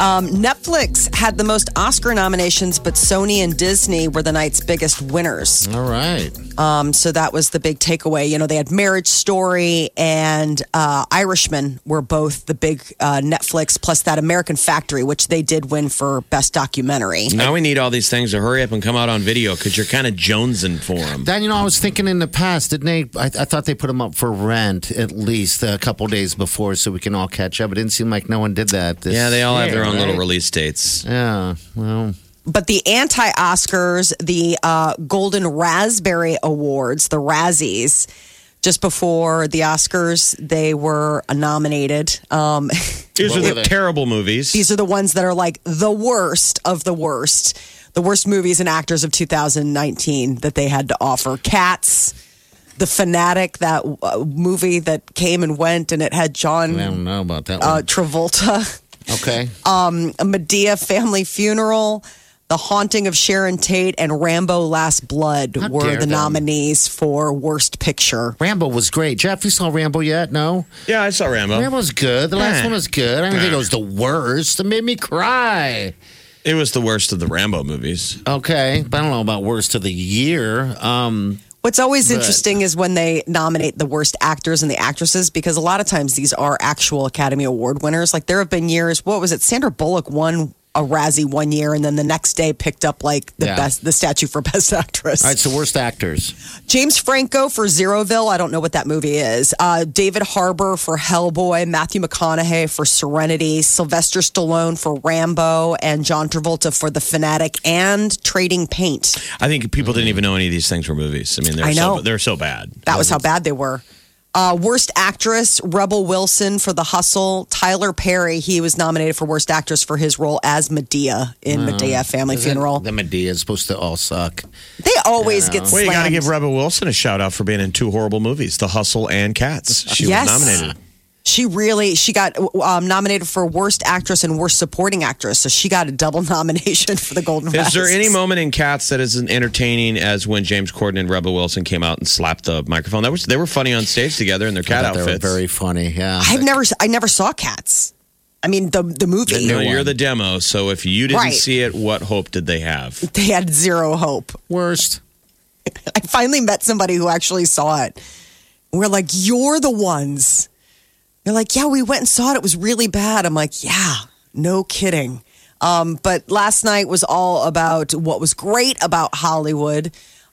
S3: Um, Netflix had the most Oscar nominations, but Sony and Disney were the night's biggest winners.
S5: All right.
S3: Um, so that was the big takeaway. You know, they had Marriage Story and uh, Irishman were both the big uh, Netflix, plus that American Factory, which they did win for best documentary.
S4: Now we need all these things to hurry up and come out on video because you're kind of jonesing for them.
S5: Dan, you know, I was thinking in the past, didn't they? I, I thought they put them up for rent at least a couple days before so we can all catch up. It didn't seem like no one did that. this
S4: Yeah, they all have their
S5: year,
S4: own little
S5: right?
S4: release dates.
S5: Yeah. Well,
S3: But the anti Oscars, the uh, Golden Raspberry Awards, the Razzies, just before the Oscars, they were nominated. Um,
S4: These are
S5: What
S4: the
S5: were they?
S4: terrible movies.
S3: these are the ones that are like the worst of the worst, the worst movies and actors of 2019 that they had to offer. Cats, The Fanatic, that uh, movie that came and went, and it had John
S5: I don't know about that
S3: uh,
S5: one.
S3: Travolta.
S5: okay.
S3: a Medea family funeral, The Haunting of Sharon Tate, and Rambo Last Blood
S5: How
S3: were
S5: dare
S3: the
S5: them.
S3: nominees for Worst Picture.
S5: Rambo was great. Jeff, you saw Rambo yet? No?
S4: yeah, I saw Rambo.
S5: Rambo was good. The last
S4: Yeah.
S5: one was good. I don't think it was the worst. It made me cry.
S4: It was the worst of the Rambo movies.
S5: Okay. But I don't know about worst of the year. Um,
S3: What's always interesting is when they nominate the worst actors and the actresses because a lot of times these are actual Academy Award winners. Like there have been years, what was it? Sandra Bullock won a Razzie one year and then the next day picked up like the
S5: Yeah.
S3: best the statue for best actress.
S5: all right, so worst actors.
S3: James Franco for Zeroville. I don't know what that movie is. Uh, David Harbour for Hellboy. Matthew McConaughey for Serenity. Sylvester Stallone for Rambo. And John Travolta for The Fanatic and Trading Paint.
S4: I think people didn't even know any of these things were movies. I mean, they're
S3: I
S4: so
S3: know.
S4: they're so bad.
S3: That was how bad they were. Uh, worst actress, Rebel Wilson for The Hustle. Tyler Perry, he was nominated for Worst Actress for his role as Medea in
S4: Hmm.
S3: Medea Family Funeral.
S5: The Medea is supposed to all suck.
S3: they always get
S4: Well, you got to
S3: slammed.
S4: give Rebel Wilson a shout out for being in two horrible movies, The Hustle and Cats. She
S3: Yes.
S4: was nominated.
S3: She really she got um, nominated for worst actress and worst supporting actress, so she got a double nomination for the Golden.
S4: Is there
S3: Razzies.
S4: any moment in Cats that is as entertaining as when James Corden and Rebel Wilson came out and slapped the microphone? That was they were funny on stage together in their cat
S5: I thought they were
S4: outfits.
S5: very funny. Yeah.
S3: I've never I never saw Cats. I mean the the movie.
S4: no, you're the demo. So if you didn't
S3: Right.
S4: see it, what hope did they have?
S3: They had zero hope.
S5: worst.
S3: I finally met somebody who actually saw it. We're like, you're the ones. They're like, yeah, we went and saw it. It was really bad. I'm like, yeah, no kidding. Um, but last night was all about what was great about Hollywood.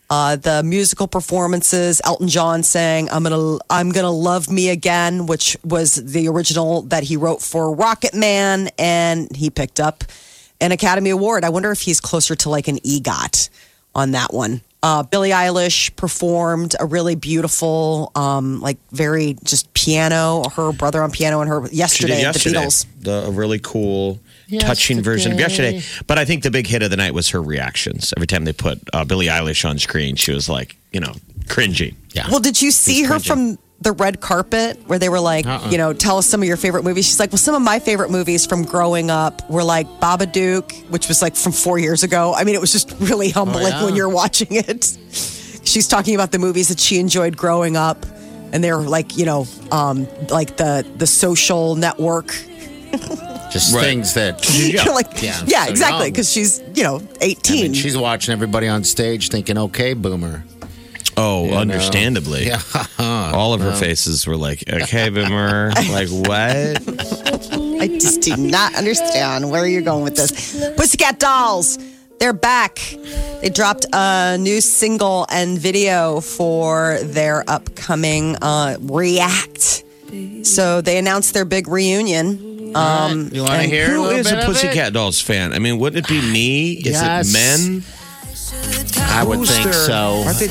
S3: Uh, the musical performances, Elton John sang "I'm gonna I'm gonna love me again," which was the original that he wrote for Rocket Man, and he picked up an Academy Award. I wonder if he's closer to like an EGOT on that one. Uh, Billie Eilish performed a really beautiful, um, like very just piano, her brother on piano and her
S4: She
S3: yesterday,
S4: did
S3: at the
S4: yesterday.
S3: Beatles.
S4: The, a really cool, touching version of yesterday. But I think the big hit of the night was her reactions. Every time they put uh, Billie Eilish on screen, she was like, you know, cringing.
S5: Yeah.
S3: Well, did you see her from the red carpet where they were like,
S5: Uh-uh.
S3: you know, tell us some of your favorite movies? She's like, well, some of my favorite movies from growing up were like Babadook, which was like from four years ago. I mean, it was just really humbling
S5: Oh, yeah.
S3: when you're watching it. She's talking about the movies that she enjoyed growing up, and they're like, you know, um, like the the Social Network.
S5: Just
S4: Right.
S5: things that.
S4: Yeah.
S3: You're like, yeah,
S5: Yeah, so
S3: exactly,
S5: young.
S3: because she's you know
S5: I
S3: 18.
S5: mean, she's watching everybody on stage thinking, okay, boomer.
S4: Oh, understandably. All of her faces were like, okay, boomer. like, what?
S3: I just do not understand where you're going with this. Pussycat Dolls, they're back. They dropped a new single and video for their upcoming uh, React. So they announced their big reunion. Um,
S5: You want to
S3: and
S5: hear
S4: Who
S5: little
S4: is
S5: bit
S4: a
S5: of it?
S4: Pussycat Dolls fan? I mean, wouldn't it be me? Is
S5: Yes.
S4: it men?
S5: I would think so.
S4: Aren't they,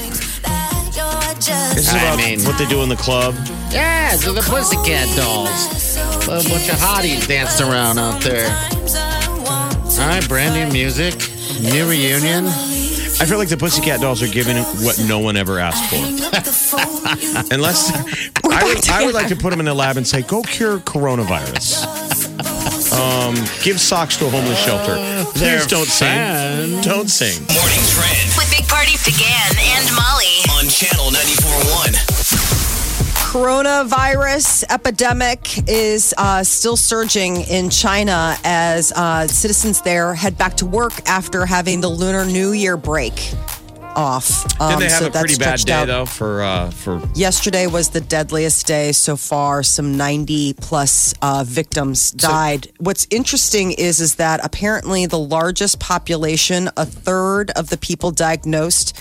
S4: this is
S5: I
S4: about
S5: mean-
S4: what they do in the club.
S5: Yeah, so the Pussycat Dolls. A bunch of hotties dancing around out there. All right, brand new music, new reunion.
S4: I feel like the Pussycat Dolls are giving what no one ever asked for. Unless I would, I would like to put them in the lab and say, go cure coronavirus. Um, give socks to a homeless shelter. Please
S5: They're
S4: don't sing.
S5: fans.
S4: Don't sing.
S1: Morning trend
S2: With Big Party began and Molly.
S1: on channel 941.
S3: coronavirus epidemic is uh, still surging in China as uh, citizens there head back to work after having the Lunar New Year break off. Um,
S4: Didn't they have
S3: so
S4: a pretty
S3: that's
S4: bad
S3: stretched
S4: day
S3: out.
S4: though for uh, for
S3: Yesterday was the deadliest day so far. Some 90 plus uh, victims died. What's interesting is is that apparently the largest population, a third of the people diagnosed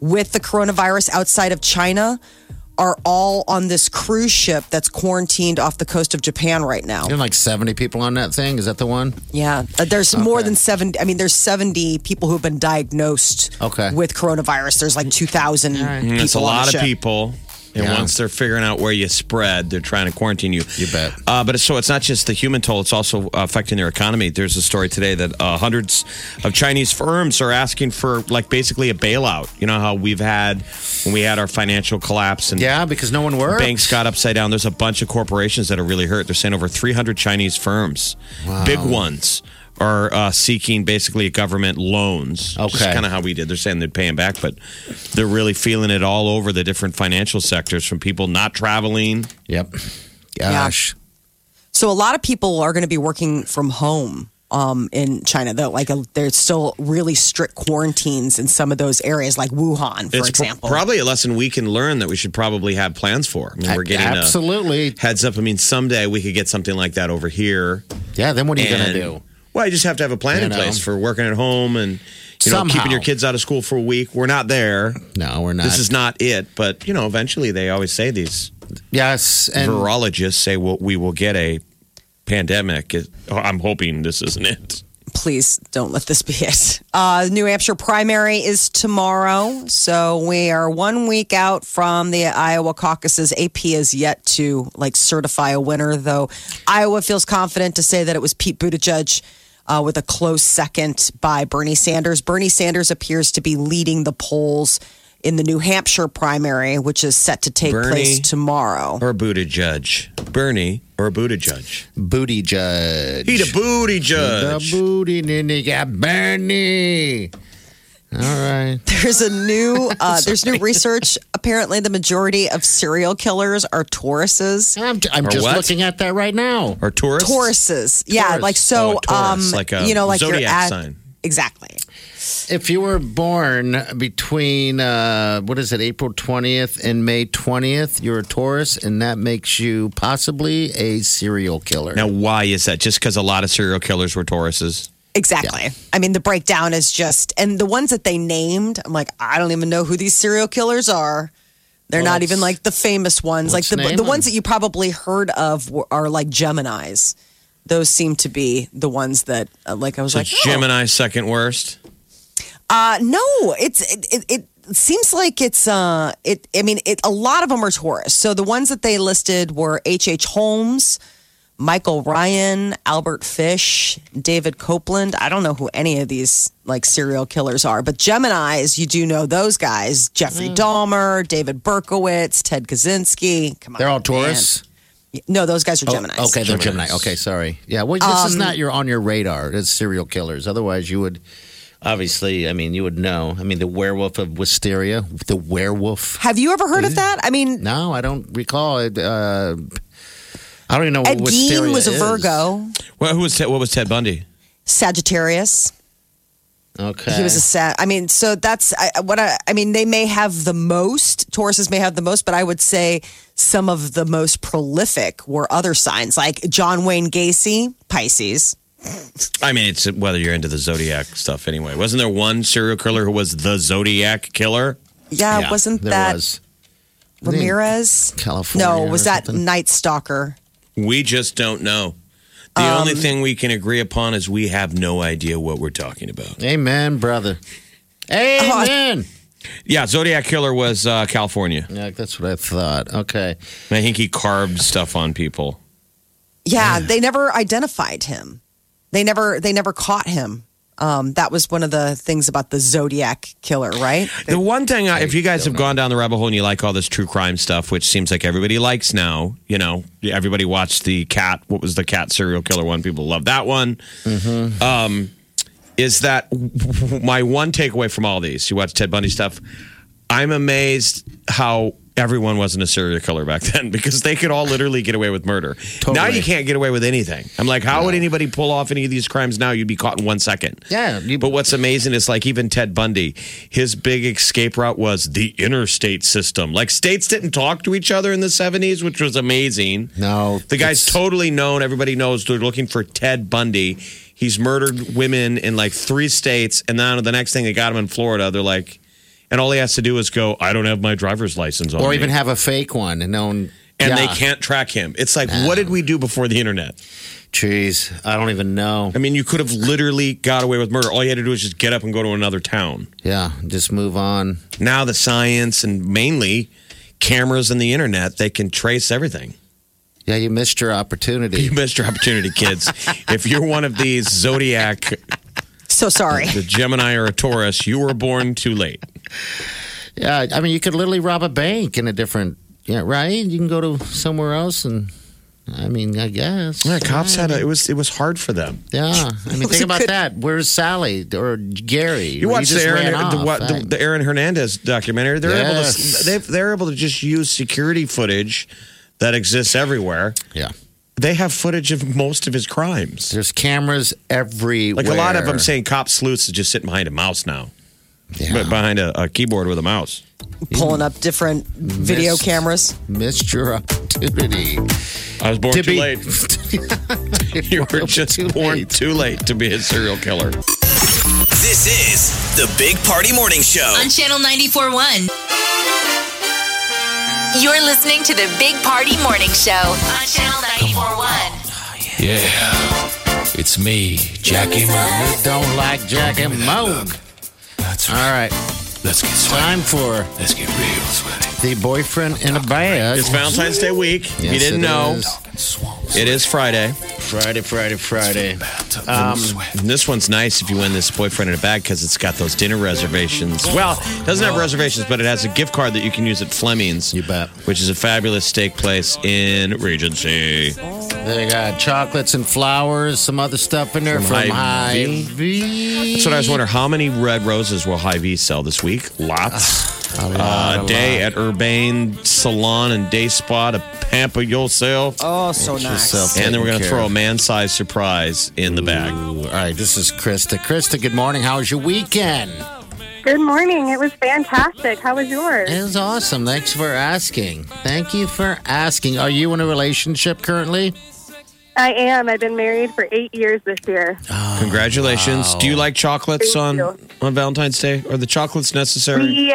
S3: with the coronavirus outside of China, are all on this cruise ship that's quarantined off the coast of Japan right now.
S5: You're like 70 people on that thing. Is that the one?
S3: Yeah, Uh, there's more than 70. I mean, there's 70 people who've been diagnosed
S5: Okay.
S3: with coronavirus. There's like 2,000 people.
S4: It's Mm-hmm. a
S3: on the
S4: lot of
S3: ship.
S4: people. And
S5: Yeah.
S4: once they're figuring out where you spread, they're trying to quarantine you.
S5: You bet.
S4: Uh, but it's, so it's not just the human toll; it's also uh, affecting their economy. There's a story today that uh, hundreds of Chinese firms are asking for, like, basically a bailout. You know how we've had when we had our financial collapse and
S5: Yeah, because no one worked.
S4: banks got upside down. There's a bunch of corporations that are really hurt. They're saying over 300 Chinese firms, big ones, are uh, seeking basically government loans.
S5: Okay.
S4: kind of how we did. They're saying they're paying back, but they're really feeling it all over the different financial sectors from people not traveling.
S5: Yep. Gosh.
S3: So a lot of people are going to be working from home um, in China, though. Like uh there's still really strict quarantines in some of those areas, like Wuhan, for
S4: it's pro-
S3: example.
S4: probably a lesson we can learn that we should probably have plans for. I mean, we're getting a
S5: Absolutely.
S4: heads up. I mean, someday we could get something like that over here.
S5: Yeah, then what are you going to
S4: And-
S5: do?
S4: Well, you just have to have a plan
S5: You
S4: in
S5: know.
S4: place for working at home and you know
S5: Somehow.
S4: keeping your kids out of school for a week. We're not there.
S5: No, we're not.
S4: This is not it, but you know, eventually they always say these
S5: Yes. And
S4: virologists say well, we will get a pandemic. It- I'm hoping this isn't it.
S3: Please don't let this be it. Uh, New Hampshire primary is tomorrow, so we are one week out from the Iowa caucuses. AP is yet to like certify a winner, though. Iowa feels confident to say that it was Pete Buttigieg. Uh, with a close second by Bernie Sanders. Bernie Sanders appears to be leading the polls in the New Hampshire primary, which is set to take
S4: Bernie.
S3: place tomorrow.
S4: Or a booty judge. Bernie or a booty judge.
S5: booty judge.
S4: He's a booty
S5: The
S4: judge.
S5: booty nigga got Bernie. All right.
S3: There's a new uh, there's new research. Apparently, the majority of serial killers are Tauruses.
S5: I'm, I'm
S4: Or
S5: just
S4: what?
S5: looking at that right now.
S4: or tourists.
S3: Tauruses, yeah,
S5: Taurus.
S3: like so.
S4: Oh, Taurus,
S3: um,
S4: like a
S3: you know, like your
S4: zodiac
S3: ad-
S4: sign.
S3: Exactly.
S5: If you were born between, uh, what is it, April 20th and May 20th, you're a Taurus, and that makes you possibly a serial killer.
S4: Now, why is that? Just because a lot of serial killers were Tauruses.
S3: Exactly. I mean, the breakdown is just, and the ones that they named, I'm like, I don't even know who these serial killers are. They're
S5: Well,
S3: not even like
S5: let's-
S3: the famous ones. Like
S5: let's
S3: the
S5: name
S3: the ones
S5: them.
S3: that you probably heard of were, are like Gemini's. Those seem to be the ones that, uh, like, I was
S4: So
S3: like, oh.
S4: Gemini, second worst.
S3: Uh, no, it's it, it, it seems like it's uh it I mean it a lot of them are Taurus. So the ones that they listed were H. H. Holmes, Michael Ryan, Albert Fish, David Copeland. I don't know who any of these like serial killers are, but Gemini's you do know those guys: Jeffrey Dahmer, David Berkowitz, Ted Kaczynski. Come on,
S5: They're all
S3: man.
S5: Taurus? Oh,
S3: No, those guys are Gemini's.
S5: Okay, they're Gemini.
S4: Geminis.
S5: Okay, sorry. Yeah, well, this is not your on your radar. It's serial killers. Otherwise, you would obviously. I mean, you would know. I mean, the werewolf of Wisteria, the werewolf.
S3: Have you ever heard of that? I mean,
S5: No, I don't recall it. Uh, I don't even know.
S3: Ed
S5: what
S3: Gein
S5: Wisteria
S3: was a
S5: is.
S3: Virgo,
S4: Well, who was Ted, what was Ted Bundy?
S3: Sagittarius.
S5: Okay,
S3: He was a sad. I mean, so that's I, what I. I mean, they may have the most. Tauruses may have the most, but I would say some of the most prolific were other signs, like John Wayne Gacy, Pisces.
S4: I mean, it's whether you're into the Zodiac stuff anyway. Wasn't there one serial killer who was the Zodiac killer?
S3: Yeah, wasn't
S5: there
S3: that
S5: was.
S3: Ramirez?
S5: California
S3: No,
S5: or
S3: was that
S5: something?
S3: Night Stalker?
S4: We just don't know. The only thing we can agree upon is we have no idea what we're talking about.
S5: Amen, brother.
S3: Oh,
S5: Amen.
S4: Yeah, Zodiac Killer was uh, California.
S5: yeah, that's what I thought. Okay,
S4: I think he carved stuff on people.
S3: Yeah, they never identified him. They never. They never caught him. Um, that was one of the things about the Zodiac killer, right?
S4: The one thing, I, if you guys have gone down the rabbit hole and you like all this true crime stuff, which seems like everybody likes now, you know, everybody watched the cat. What was the cat serial killer one? People love that one. Um, is that my one takeaway from all these? You watch Ted Bundy stuff. I'm amazed how everyone wasn't a serial killer back then because they could all literally get away with murder. Now
S5: Totally.
S4: you can't get away with anything. I'm like, how would anybody pull off any of these crimes now? You'd be caught in one second.
S5: Yeah, you-
S4: but what's amazing is like even Ted Bundy, his big escape route was the interstate system. Like states didn't talk to each other in the 70s, which was amazing.
S5: No,
S4: The guy's
S5: it's-
S4: totally known. Everybody knows they're looking for Ted Bundy. He's murdered women in like three states, and then the next thing they got him in Florida. They're like, and all he has to do is go, "I don't have my driver's license on,"
S5: or
S4: me."
S5: even have a fake one and known.
S4: Oh, and
S5: yeah.
S4: they can't track him. It's like, what did we do before the internet?
S5: Jeez, I don't even know.
S4: I mean, you could have literally got away with murder. All you had to do was just get up and go to another town.
S5: Yeah, just move on.
S4: Now the science and mainly cameras and the internet, they can trace everything.
S5: Yeah, you missed your opportunity.
S4: You missed your opportunity, kids. if you're one of these zodiac
S7: So sorry.
S4: the Gemini or a Taurus, you were born too late.
S5: Yeah, I mean, you could literally rob a bank in a different. Yeah, right. You can go to somewhere else, and I mean, I guess.
S4: Yeah, cops had a, it was it was hard for them.
S5: Yeah, I mean, think about that. Where's Sally or Gary?
S4: You
S5: He
S4: watch the
S5: just
S4: Aaron,
S5: ran off.
S4: the, what, the, the Aaron Hernandez documentary. They're
S5: Yes.
S4: able to they they're able to just use security footage that exists everywhere.
S5: yeah,
S4: They have footage of most of his crimes.
S5: there's cameras everywhere.
S4: Like a lot of them saying, cop sleuths is just sitting behind a mouse now,
S5: Yeah.
S4: but behind a, a keyboard with a mouse.
S7: Pulling up different video
S5: Missed.
S7: cameras.
S5: missed your opportunity.
S4: I was born
S5: To
S4: too
S5: be-
S4: late. You were just
S5: Too
S4: born
S5: late.
S4: too late to be a serial killer.
S1: This is the Big Party Morning Show.
S2: on Channel 941. You're listening to the Big Party Morning Show on Channel 941.
S8: Yeah. It's me, Jackie Moon.
S5: Don't like Jack and Moan.
S8: That's
S5: All
S8: right.
S5: right,
S8: Let's get sweaty.
S5: time for
S8: Let's get real sweaty.
S5: the boyfriend in a bag.
S4: It's Valentine's Day week. if you
S5: Yes,
S4: didn't
S5: it
S4: know,
S5: is.
S8: Swamps.
S4: it is Friday.
S5: Friday, Friday, Friday.
S8: Bathtub.
S5: Um,
S8: sweat.
S4: And this one's nice if you win this boyfriend in a bag because it's got those dinner reservations. Well, it doesn't have reservations, but it has a gift card that you can use at Fleming's.
S5: You bet.
S4: Which is a fabulous steak place in Regency.
S5: They got chocolates and flowers, some other stuff in there
S4: From
S5: from
S4: Hy-Vee.
S5: Hy-Vee.
S4: So I was wondering how many red roses will Hy-Vee sell this week? Lots. A uh,
S5: lot, Ah, a
S4: day at Urbane Salon and Day Spa to pamper yourself.
S7: Oh, so nice.
S5: Yourself
S4: and then we're going to
S5: taken
S4: throw
S5: care
S4: a
S5: of.
S4: man-sized surprise in the bag.
S5: All right, this is Krista. Krista, good morning. How was your weekend?
S9: Good morning. It was fantastic. How was yours?
S5: It was awesome. Thanks for asking. Thank you for asking. Are you in a relationship currently?
S9: I am. I've been married for eight years this year.
S4: Congratulations. Do you like chocolates on,
S9: Thank
S4: on Valentine's Day? Are the chocolates necessary?
S9: We,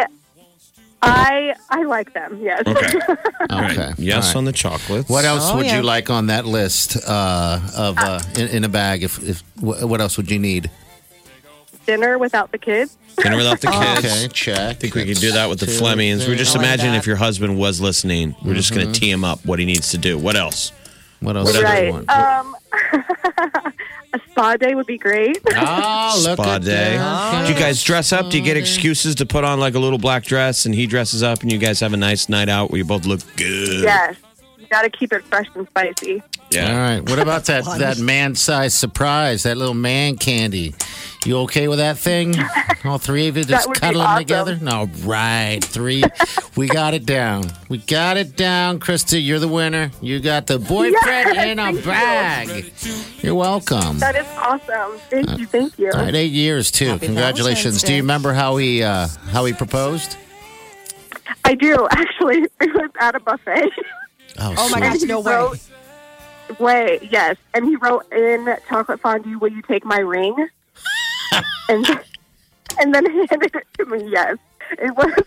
S9: I I like them. Yes.
S4: Okay.
S5: Okay.
S4: Yes,
S5: All
S4: on
S5: right.
S4: the chocolates.
S5: What else
S7: Oh,
S5: would
S7: yeah.
S5: you like on that list uh, of uh, in, in a bag? If, if wh- what else would you need?
S9: Dinner without the kids.
S4: Dinner without the kids.
S5: Okay, check. I
S4: I think we could do that with the Flemings. We're just
S7: I like
S4: imagining
S7: that.
S4: if your husband was listening. We're just
S5: Mm-hmm.
S4: going to tee him up what he needs to do. What else?
S5: What else do you
S9: Right.
S5: want?
S4: Uh,
S9: Um, a spa day would be great.
S5: oh, look
S4: Spa
S5: at
S4: day.
S5: that.
S4: Do you guys dress up? Do you get excuses to put on like a little black dress and he dresses up and you guys have a nice night out where you both look good?
S9: yes. You got to keep it fresh and spicy.
S5: All
S4: Yeah.
S5: right. What about that that man sized surprise? That little man candy. You okay with that thing? All three of you just
S9: would be
S5: cuddling
S9: awesome.
S5: together. All right, three. we got it down. We got it down, Krista. You're the winner. You got the boyfriend
S9: Yes,
S5: in a
S9: thank you.
S5: bag. You're welcome.
S9: That is awesome. Thank you. Thank you.
S5: All right, eight years too. Congratulations.
S7: Valentine's
S5: Do you
S7: Day.
S5: remember how he uh, how he proposed?
S9: I do actually. It was at a buffet.
S7: Oh my
S9: And
S7: gosh,
S9: he
S7: no way.
S9: wrote- Way yes, and he wrote in chocolate fondue. Will you take my ring? and and then handed it to me. Yes, it was.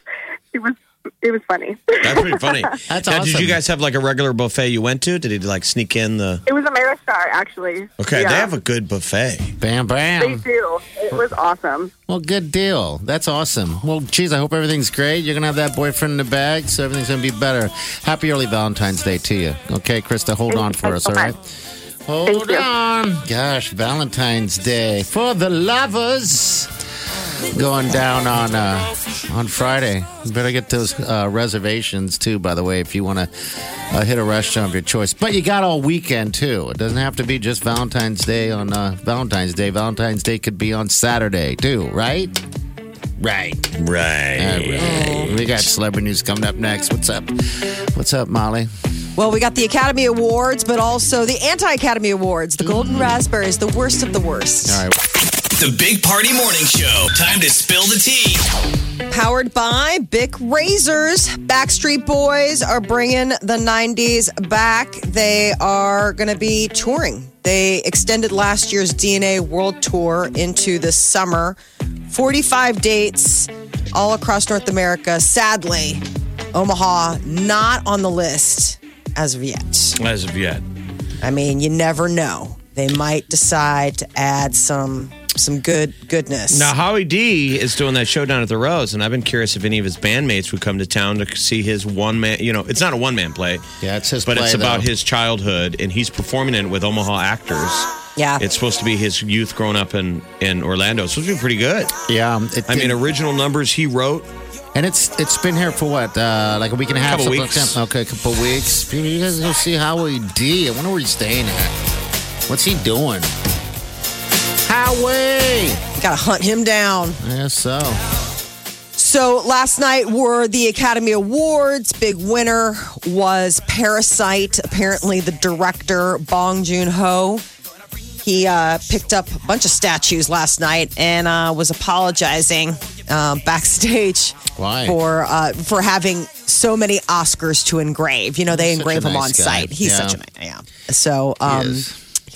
S9: It was. It was funny.
S4: That's pretty funny.
S5: That's
S4: now, Did
S5: awesome.
S4: you guys have like a regular buffet you went to? Did he like sneak in the.
S9: It was Ameristar actually.
S4: Okay,
S9: Yeah,
S4: they have a good buffet.
S5: Bam
S9: They
S5: bam.
S9: do. It was awesome.
S5: Well, good deal. That's awesome. Well, geez, I hope everything's great. You're going to have that boyfriend in the bag, so everything's going to be better. Happy early Valentine's Day to you. Okay, Krista, hold
S9: Thank
S5: on
S9: you
S5: for
S9: guys
S5: us,
S9: so
S5: all right?
S9: much.
S5: Hold
S9: Thank you.
S5: on. Gosh, Valentine's Day for the lovers. Going down on uh, on Friday. You better get those uh, reservations too. By the way, if you want to uh, hit a restaurant of your choice, but you got all weekend too. It doesn't have to be just Valentine's Day on uh, Valentine's Day. Valentine's Day could be on Saturday too, right? Right.
S4: Right.
S5: We got celebrity news coming up next. What's up? What's up, Molly?
S3: Well, we got the Academy Awards, but also the Anti Academy Awards, the
S7: Mm-hmm.
S3: Golden Raspberries, the worst of the worst.
S5: All right.
S7: The Big Party Morning Show. Time to spill the tea.
S3: Powered by Bic Razors, Backstreet Boys are bringing the 90s back. They are going to be touring. They extended last year's DNA World Tour into the summer. 45 dates all across North America. Sadly, Omaha not on the list as of yet.
S4: As of yet.
S3: I mean, you never know. They might decide to add some some good goodness.
S4: Now Howie D is doing that show down at the Rose, and I've been curious if any of his bandmates would come to town to see his one man. You know, it's not a one man play.
S5: Yeah, it's his
S4: but
S5: play,
S4: it's about
S5: though.
S4: his childhood, and he's performing it with Omaha actors.
S3: Yeah.
S4: It's supposed to be his youth growing up in in Orlando. It's supposed to be pretty good.
S5: Yeah,
S4: I mean, original numbers he wrote,
S5: and it's it's been here for what, uh, like a week and a half,
S4: Couple
S5: something like
S4: weeks.
S5: that? okay, a couple weeks. You guys go see Howie D. I wonder where he's staying at. What's he doing? Howie,
S3: gotta hunt him down.
S5: I guess so.
S3: So last night were the Academy Awards. Big winner was Parasite. Apparently, the director Bong Joon Ho. He uh, picked up a bunch of statues last night and uh, was apologizing uh, backstage
S5: Why?
S3: for uh, for having so many Oscars to engrave. You know, they
S5: Such a
S3: engrave them
S5: nice
S3: on
S5: guy.
S3: site. He's
S5: Yeah.
S3: such a nice yeah. So um, he,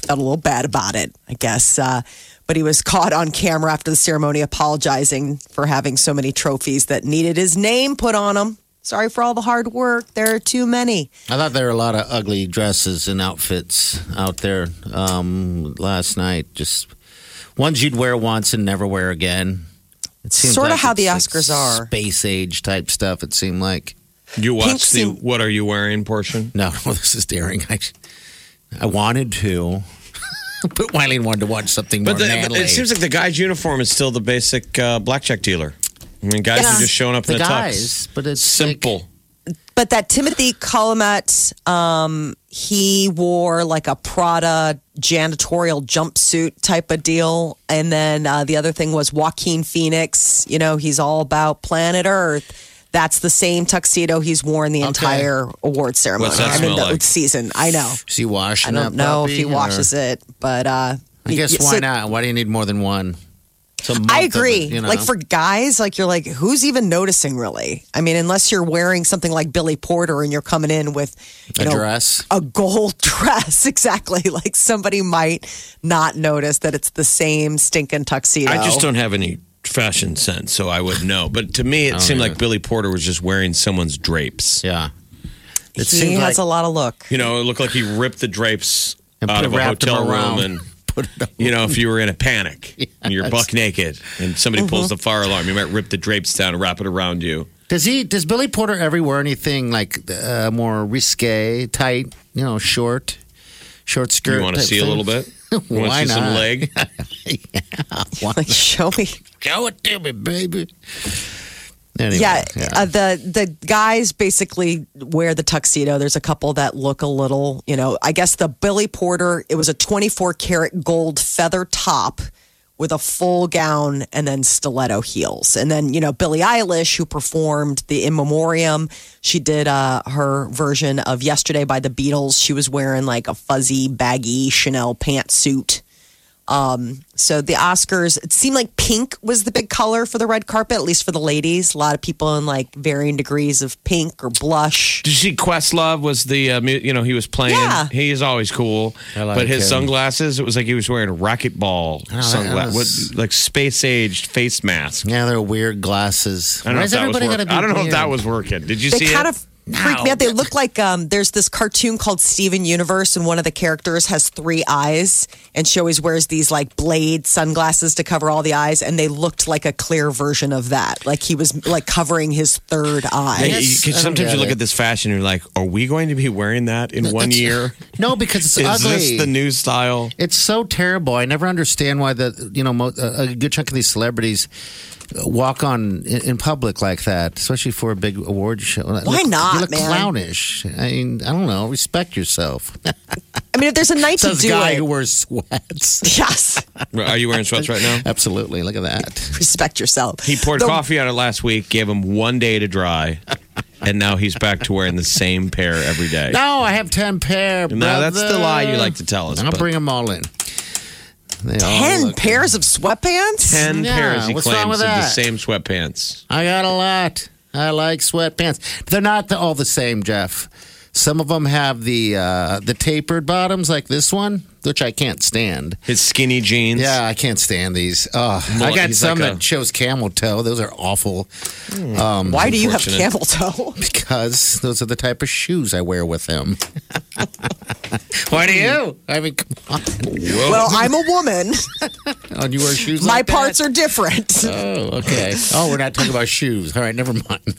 S3: felt a little bad about it, I guess. Uh, but he was caught on camera after the ceremony apologizing for having so many trophies that needed his name put on them. Sorry for all the hard work. There are too many.
S5: I thought there were a lot of ugly dresses and outfits out there um, last night. Just ones you'd wear once and never wear again. It seems
S3: Sorta
S5: like
S3: how the
S5: it's,
S3: Oscars are.
S5: space age type stuff. It seemed like
S4: you
S5: Pink
S4: watched the
S5: suit.
S4: "What Are You Wearing" portion.
S5: no, no, this is daring. I, I wanted to, but Wileen wanted to watch something more
S4: But, the, but
S5: manly.
S4: it seems like the guy's uniform is still the basic uh, blackjack dealer. I mean, guys
S3: Yeah.
S4: are just showing up
S5: The
S4: in a tux.
S5: guys, but it's
S4: simple.
S3: But that Timothy Colomet, um, he wore like a Prada janitorial jumpsuit type of deal. And then uh, the other thing was Joaquin Phoenix. You know, he's all about planet Earth. That's the same tuxedo he's worn the entire award ceremony.
S5: What's that
S3: I mean,
S5: smell
S3: the
S5: like?
S3: season. I know.
S5: Is he
S3: I
S5: washing
S3: don't
S5: up
S3: know
S5: puppy,
S3: if he washes
S5: or-
S3: it, but uh,
S5: I guess
S3: yeah,
S5: why
S3: so-
S5: not? Why do you need more than one? It's a month
S3: I
S5: of it,
S3: agree.
S5: you know?
S3: Like for guys, like you're like, who's even noticing really? I mean, unless you're wearing something like Billy Porter and you're coming in with you
S5: A
S3: know,
S5: dress.
S3: a gold dress, exactly. Like somebody might not notice that it's the same stinking tuxedo.
S4: I just don't have any fashion sense, so I would know. But to me, it seemed like Billy Porter was just wearing someone's drapes.
S5: Yeah.
S3: He has a lot of look.
S4: You know, it looked like he ripped the drapes
S5: And
S4: out
S5: put-
S4: of a
S5: wrapped 'em
S4: hotel room
S5: around.
S4: and. You know, if you were in a panic and you're buck naked and somebody
S5: Uh-huh.
S4: pulls the fire alarm, you might rip the drapes down and wrap it around you.
S5: Does he? Does Billy Porter ever wear anything like uh, more risque, tight? You know, short, short skirt.
S4: You want to
S5: type
S4: see a
S5: thing?
S4: little bit? You wanna
S5: Why
S4: see some
S5: not?
S4: leg?
S3: Like, show me.
S5: Show it to me, baby. Anyway,
S3: yeah, Uh, the the guys basically wear the tuxedo. There's a couple that look a little, you know. I guess the Billy Porter. It was a 24 karat gold feather top with a full gown and then stiletto heels. And then you know Billie Eilish, who performed the In Memoriam, she did uh, her version of Yesterday by the Beatles. She was wearing like a fuzzy baggy Chanel pantsuit. Um, so the Oscars, it seemed like pink was the big color for the red carpet, at least for the ladies. A lot of people in like varying degrees of pink or blush.
S4: Did you see Questlove was the uh, mu- you know he was playing.
S3: Yeah.
S4: He is always cool,
S5: I like
S4: but his
S5: him. Oh,
S4: sunglasses it was like he was wearing racquetball
S5: that
S4: sunglasses,
S5: was-
S4: like space aged face mask.
S5: yeah, they're weird glasses.
S4: I don't know
S5: Why
S4: if
S5: is
S4: that was
S5: everybody
S4: work-
S5: gotta be
S4: I don't know if
S5: weird?
S4: that was working. Did you
S3: They
S4: see
S3: kind
S4: it?
S3: of freaked me out. They look like um, there's this cartoon called Steven Universe, and one of the characters has three eyes, and she always wears these like blade sunglasses to cover all the eyes, and they looked like a clear version of that. Like he was like covering his third eye.
S4: Yeah, you-
S5: guess-
S4: 'cause
S5: I don't
S4: sometimes
S5: get
S4: you look
S5: it.
S4: at this fashion and you're like, are we going to be wearing that in one year?
S5: No, because it's
S4: Is
S5: ugly.
S4: this the new style?
S5: It's so terrible. I never understand why the you know mo- a a good chunk of these celebrities walk on in, in public like that, especially for a big award show.
S3: Why not?
S5: you
S3: not,
S5: look
S3: man.
S5: clownish. I mean, I don't know. Respect yourself.
S3: I mean, if there's a night to
S5: Says
S3: do
S5: guy
S3: it,
S5: who wears sweats.
S3: Yes.
S4: Are you wearing sweats right now?
S5: Absolutely. Look at that.
S3: respect yourself.
S4: He poured
S3: The-
S4: coffee on it last week, gave him one day to dry, and now he's back to wearing the same pair every day.
S5: No, I have 10 pair.
S4: No, that's the lie you
S5: brother.
S4: like to tell us,
S5: I'll
S4: but-
S5: bring them all in. They all
S3: Ten
S5: look-
S3: pairs of sweatpants.
S4: 10
S5: Yeah,
S4: pairs, he
S5: what's
S4: claims,
S5: wrong
S4: of
S5: with
S4: the
S5: that?
S4: same sweatpants.
S5: I got a lot. I like sweatpants. They're not the, all the same, Jeff. Some of them have the uh, the tapered bottoms, like this one, which I can't stand.
S4: His skinny jeans.
S5: Yeah, I can't stand these. Oh, I
S4: Well,
S5: got
S4: he's
S5: some
S4: like a-
S5: that shows camel toe. Those are awful. Um,
S3: Why do you have
S4: Unfortunate.
S3: camel toe?
S5: because those are the type of shoes I wear with them. Why do you? I mean, come on.
S4: Whoa.
S3: Well, I'm a woman.
S5: Oh, you wear shoes
S3: My
S5: like that?
S3: parts are different.
S5: Oh, okay. Oh, we're not talking about shoes. All right, never mind.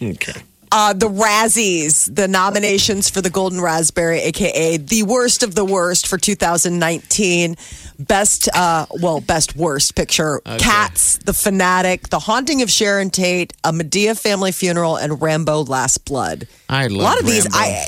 S4: okay.
S3: Uh, the Razzies, the nominations for the Golden Raspberry, aka the worst of the worst for 2019. Best, uh, well, best worst picture: Cats, The Fanatic, The Haunting of Sharon Tate, A Medea Family Funeral, and Rambo: Last Blood.
S5: I love
S3: a lot of these.
S5: Rambo.
S3: I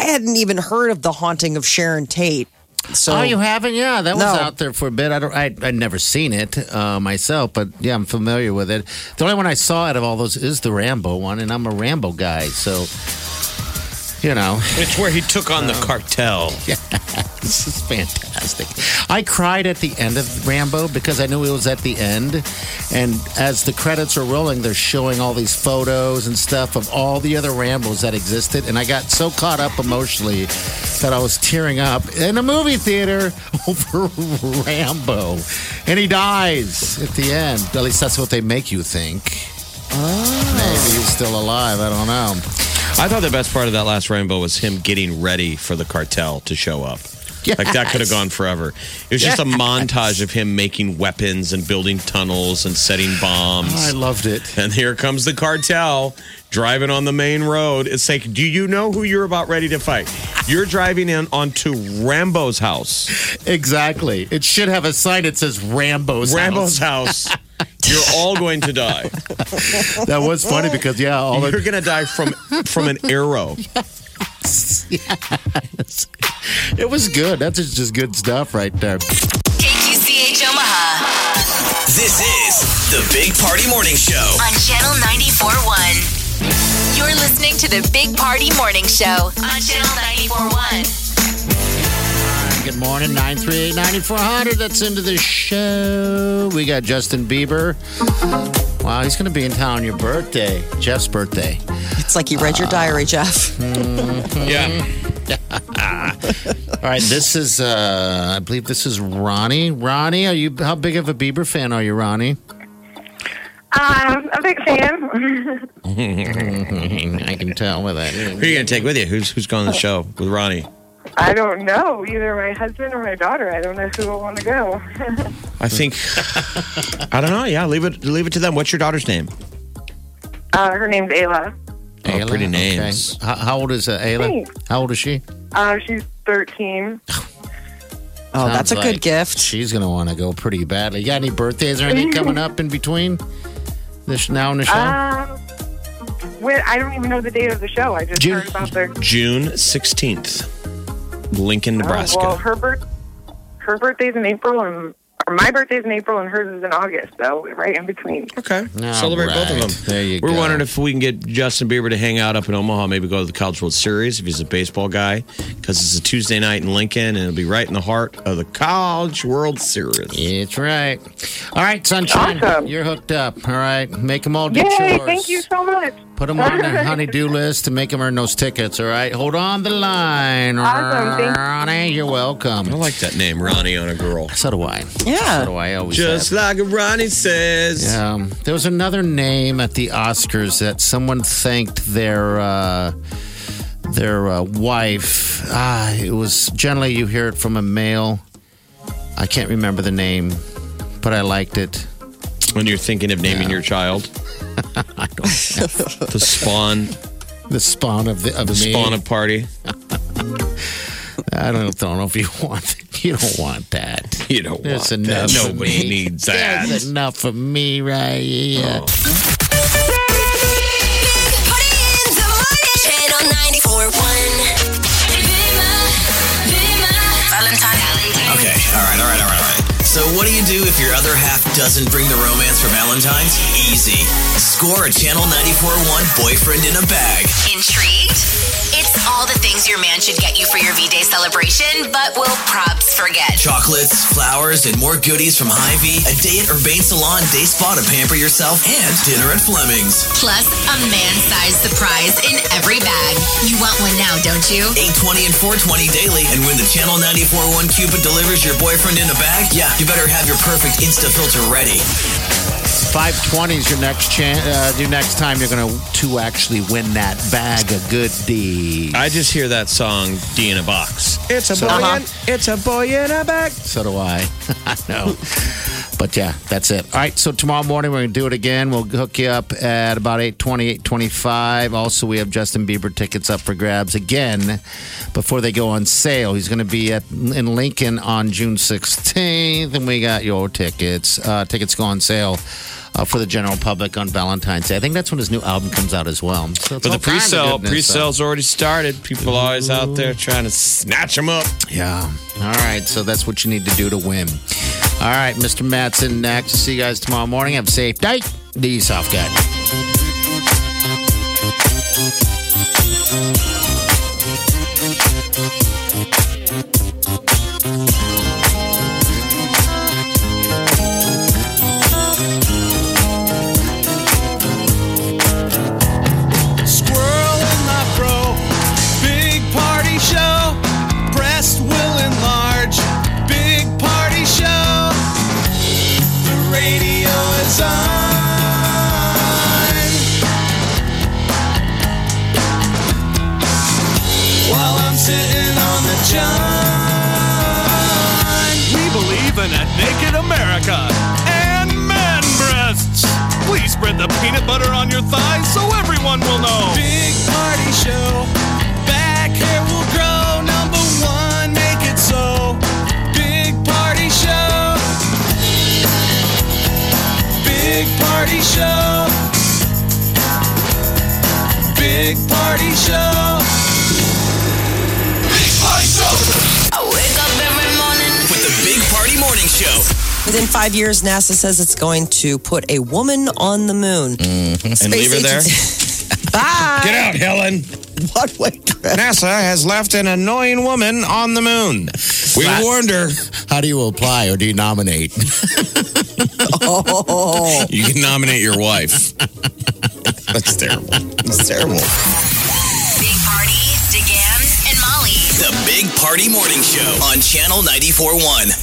S3: I hadn't even heard of The Haunting of Sharon Tate. So
S5: Oh, you haven't? Yeah, that was
S3: No.
S5: out there for a bit. I don't. I I'd never seen it uh, myself, but yeah, I'm familiar with it. The only one I saw out of all those is the Rambo one, and I'm a Rambo guy, so you know,
S4: It's where he took on
S5: Oh.
S4: the cartel.
S5: this is fantastic. I cried at the end of Rambo because I knew it was at the end, and as the credits are rolling, they're showing all these photos and stuff of all the other Rambles that existed, and I got so caught up emotionally that I was tearing up in a movie theater over Rambo, and he dies at the end. At least that's what they make you think. Maybe he's still alive. I don't know.
S4: I thought the best part of that last rainbow was him getting ready for the cartel to show up. Like that could have
S5: Yes.
S4: gone forever. It was just a
S5: Yes.
S4: montage of him making weapons and building tunnels and setting bombs.
S5: Oh, I loved it.
S4: and here comes the cartel driving on the main road. It's like, do you know who you're about ready to fight? You're driving in onto Rambo's house.
S5: Exactly. It should have a sign that says Rambo's.
S4: Rambo's house. You're all going to die.
S5: House. That was funny because yeah, all
S4: You're
S5: the
S4: going to die from from an arrow.
S5: it was good. That's just- just good stuff right there.
S2: KQCH Omaha
S7: This is the Big Party Morning Show.
S2: on Channel 94.1. You're listening to the Big Party Morning Show on Channel 94.1.
S5: Good morning, nine three eight ninety four hundred. That's into the show. We got Justin Bieber. Wow, he's going to be in town your birthday, Jeff's birthday.
S3: it's like you read
S5: Ah.
S3: your diary, Jeff.
S4: Yeah.
S5: All right, this is uh I believe this is Ronnie. Ronnie, are you how big of a Bieber fan are you, Ronnie?
S10: Um, a big fan.
S5: I can tell with that.
S4: Who are you going to take with you? Who's who's going on the show with Ronnie?
S10: I don't know. Either my husband or my daughter. I don't know who will want to go.
S4: I think I don't know. Yeah, leave it leave it to them. What's your daughter's name?
S10: Uh, her name's Ayla.
S4: Oh,
S5: Oh, Ayla?
S4: pretty
S5: Okay.
S4: names.
S5: How, how old is uh, Ayla?
S10: Thanks.
S5: How old is she?
S10: Uh, she's 13.
S3: Oh, that's a
S5: Sounds
S3: good
S5: like
S3: gift.
S5: She's gonna want to go pretty badly. You got any birthdays or anything coming up in between this now and the show?
S10: Um, when, I don't even know the date of the show. I just
S5: June-
S10: heard about the.
S4: June sixteenth,
S5: Oh,
S4: Lincoln, Nebraska.
S10: well, her birth, her birthday's in April, and or my birthday's in April, and hers is in August. So right in between.
S4: okay,
S5: All
S4: celebrate both of
S5: right.
S4: them.
S5: There you
S4: We're
S5: go.
S4: wondering if we can get Justin Bieber to hang out up in Omaha, maybe go to the College World Series if he's a baseball guy, because it's a Tuesday night in Lincoln, and it'll be right in the heart of the College World Series.
S5: It's right. All right, sunshine,
S10: Awesome.
S5: you're hooked up. All right, make them all do
S10: Yay!
S5: chores.
S10: Thank you so much.
S5: Put them on their honey-do list and make them earn those tickets. All right, hold on the line,
S10: Awesome, thank you.
S5: Ronnie. You're welcome.
S4: I like that name, Ronnie on a girl.
S5: So do I.
S3: Yeah.
S5: So do I always. have.
S4: Just like Ronnie says.
S5: Um, there was another name at the Oscars that someone thanked their uh, their uh, wife. Ah, it was generally you hear it from a male. I can't remember the name, but I liked it.
S4: When you're thinking of naming your child, the spawn,
S5: The spawn of the of
S4: the
S5: me.
S4: spawn of party.
S5: I don't, don't know if you want you don't want that.
S4: You don't
S5: There's
S4: want
S5: enough.
S4: that.
S5: of
S4: Nobody
S5: me.
S4: needs that.
S5: There's enough for
S4: Oh.
S5: me, right? Yeah.
S2: Put in the money.
S1: Okay, all right, all right, all right, all right. So, what do you do if your other half doesn't bring the romance for Valentine's? Easy. Score a Channel 94.1 boyfriend in a bag.
S2: Intrigued? It's all the things your man should get you for your V Day celebration, but will props forget.
S1: Chocolates, flowers, and more goodies from Hy-Vee, a day at Urbane Salon Day Spa to pamper yourself, and dinner at Fleming's.
S2: Plus, a man sized surprise in every bag. You want one now, don't you?
S1: 820 and 420 daily, and when the Channel 94.1 Cupid delivers your boyfriend in a bag, yeah, you better have your perfect Insta filter ready.
S5: 520 is your next chance. Uh, your next time you're going to to actually win that bag of good deeds.
S4: I just hear that song D in a box.
S5: It's a boy in-
S4: it's a boy in a bag.
S5: Uh-huh. So do I. I know. But yeah, that's it. All right, so tomorrow morning we're going to do it again. We'll hook you up at about 8.20, 8.25. Also, we have Justin Bieber tickets up for grabs again before they go on sale. He's going to be at in Lincoln on June 16th, and we got your tickets. Uh, tickets go on sale uh, for the general public on Valentine's Day. I think that's when his new album comes out as well. So it's
S4: But the
S5: all kinds of
S4: pre-sale,
S5: goodness, uh,
S4: pre-sale's already started. People are always out there trying to snatch them up.
S5: Yeah. All right. So that's what you need to do to win. All right, Mr. Matson next. See you guys tomorrow morning. Have a safe day. The Soft Guy.
S11: Squirrel in my bro. Big party show. Breast will enlarge. Big party show. The radio is on. While I'm sitting on the john.
S12: We believe in a naked America and man breasts. Please spread the peanut butter on your thighs so everyone will know.
S11: Big party show. Back hair will grow. Number one, make it so. Big party show. Big party show. Big party show. Big party show.
S2: I wake up every morning.
S1: With the Big Party Morning Show.
S7: Within five years, NASA says it's going to put a woman on the moon.
S4: Mm-hmm. And leave her there?
S7: Bye.
S4: Get out, Helen.
S7: What way?
S4: NASA has left an annoying woman on the moon. We warned her.
S5: How do you apply or do you nominate?
S7: oh.
S4: You can nominate your wife. That's terrible. That's terrible.
S2: Big Party, DeGan, and Molly.
S1: The Big Party Morning Show on Channel 94.1.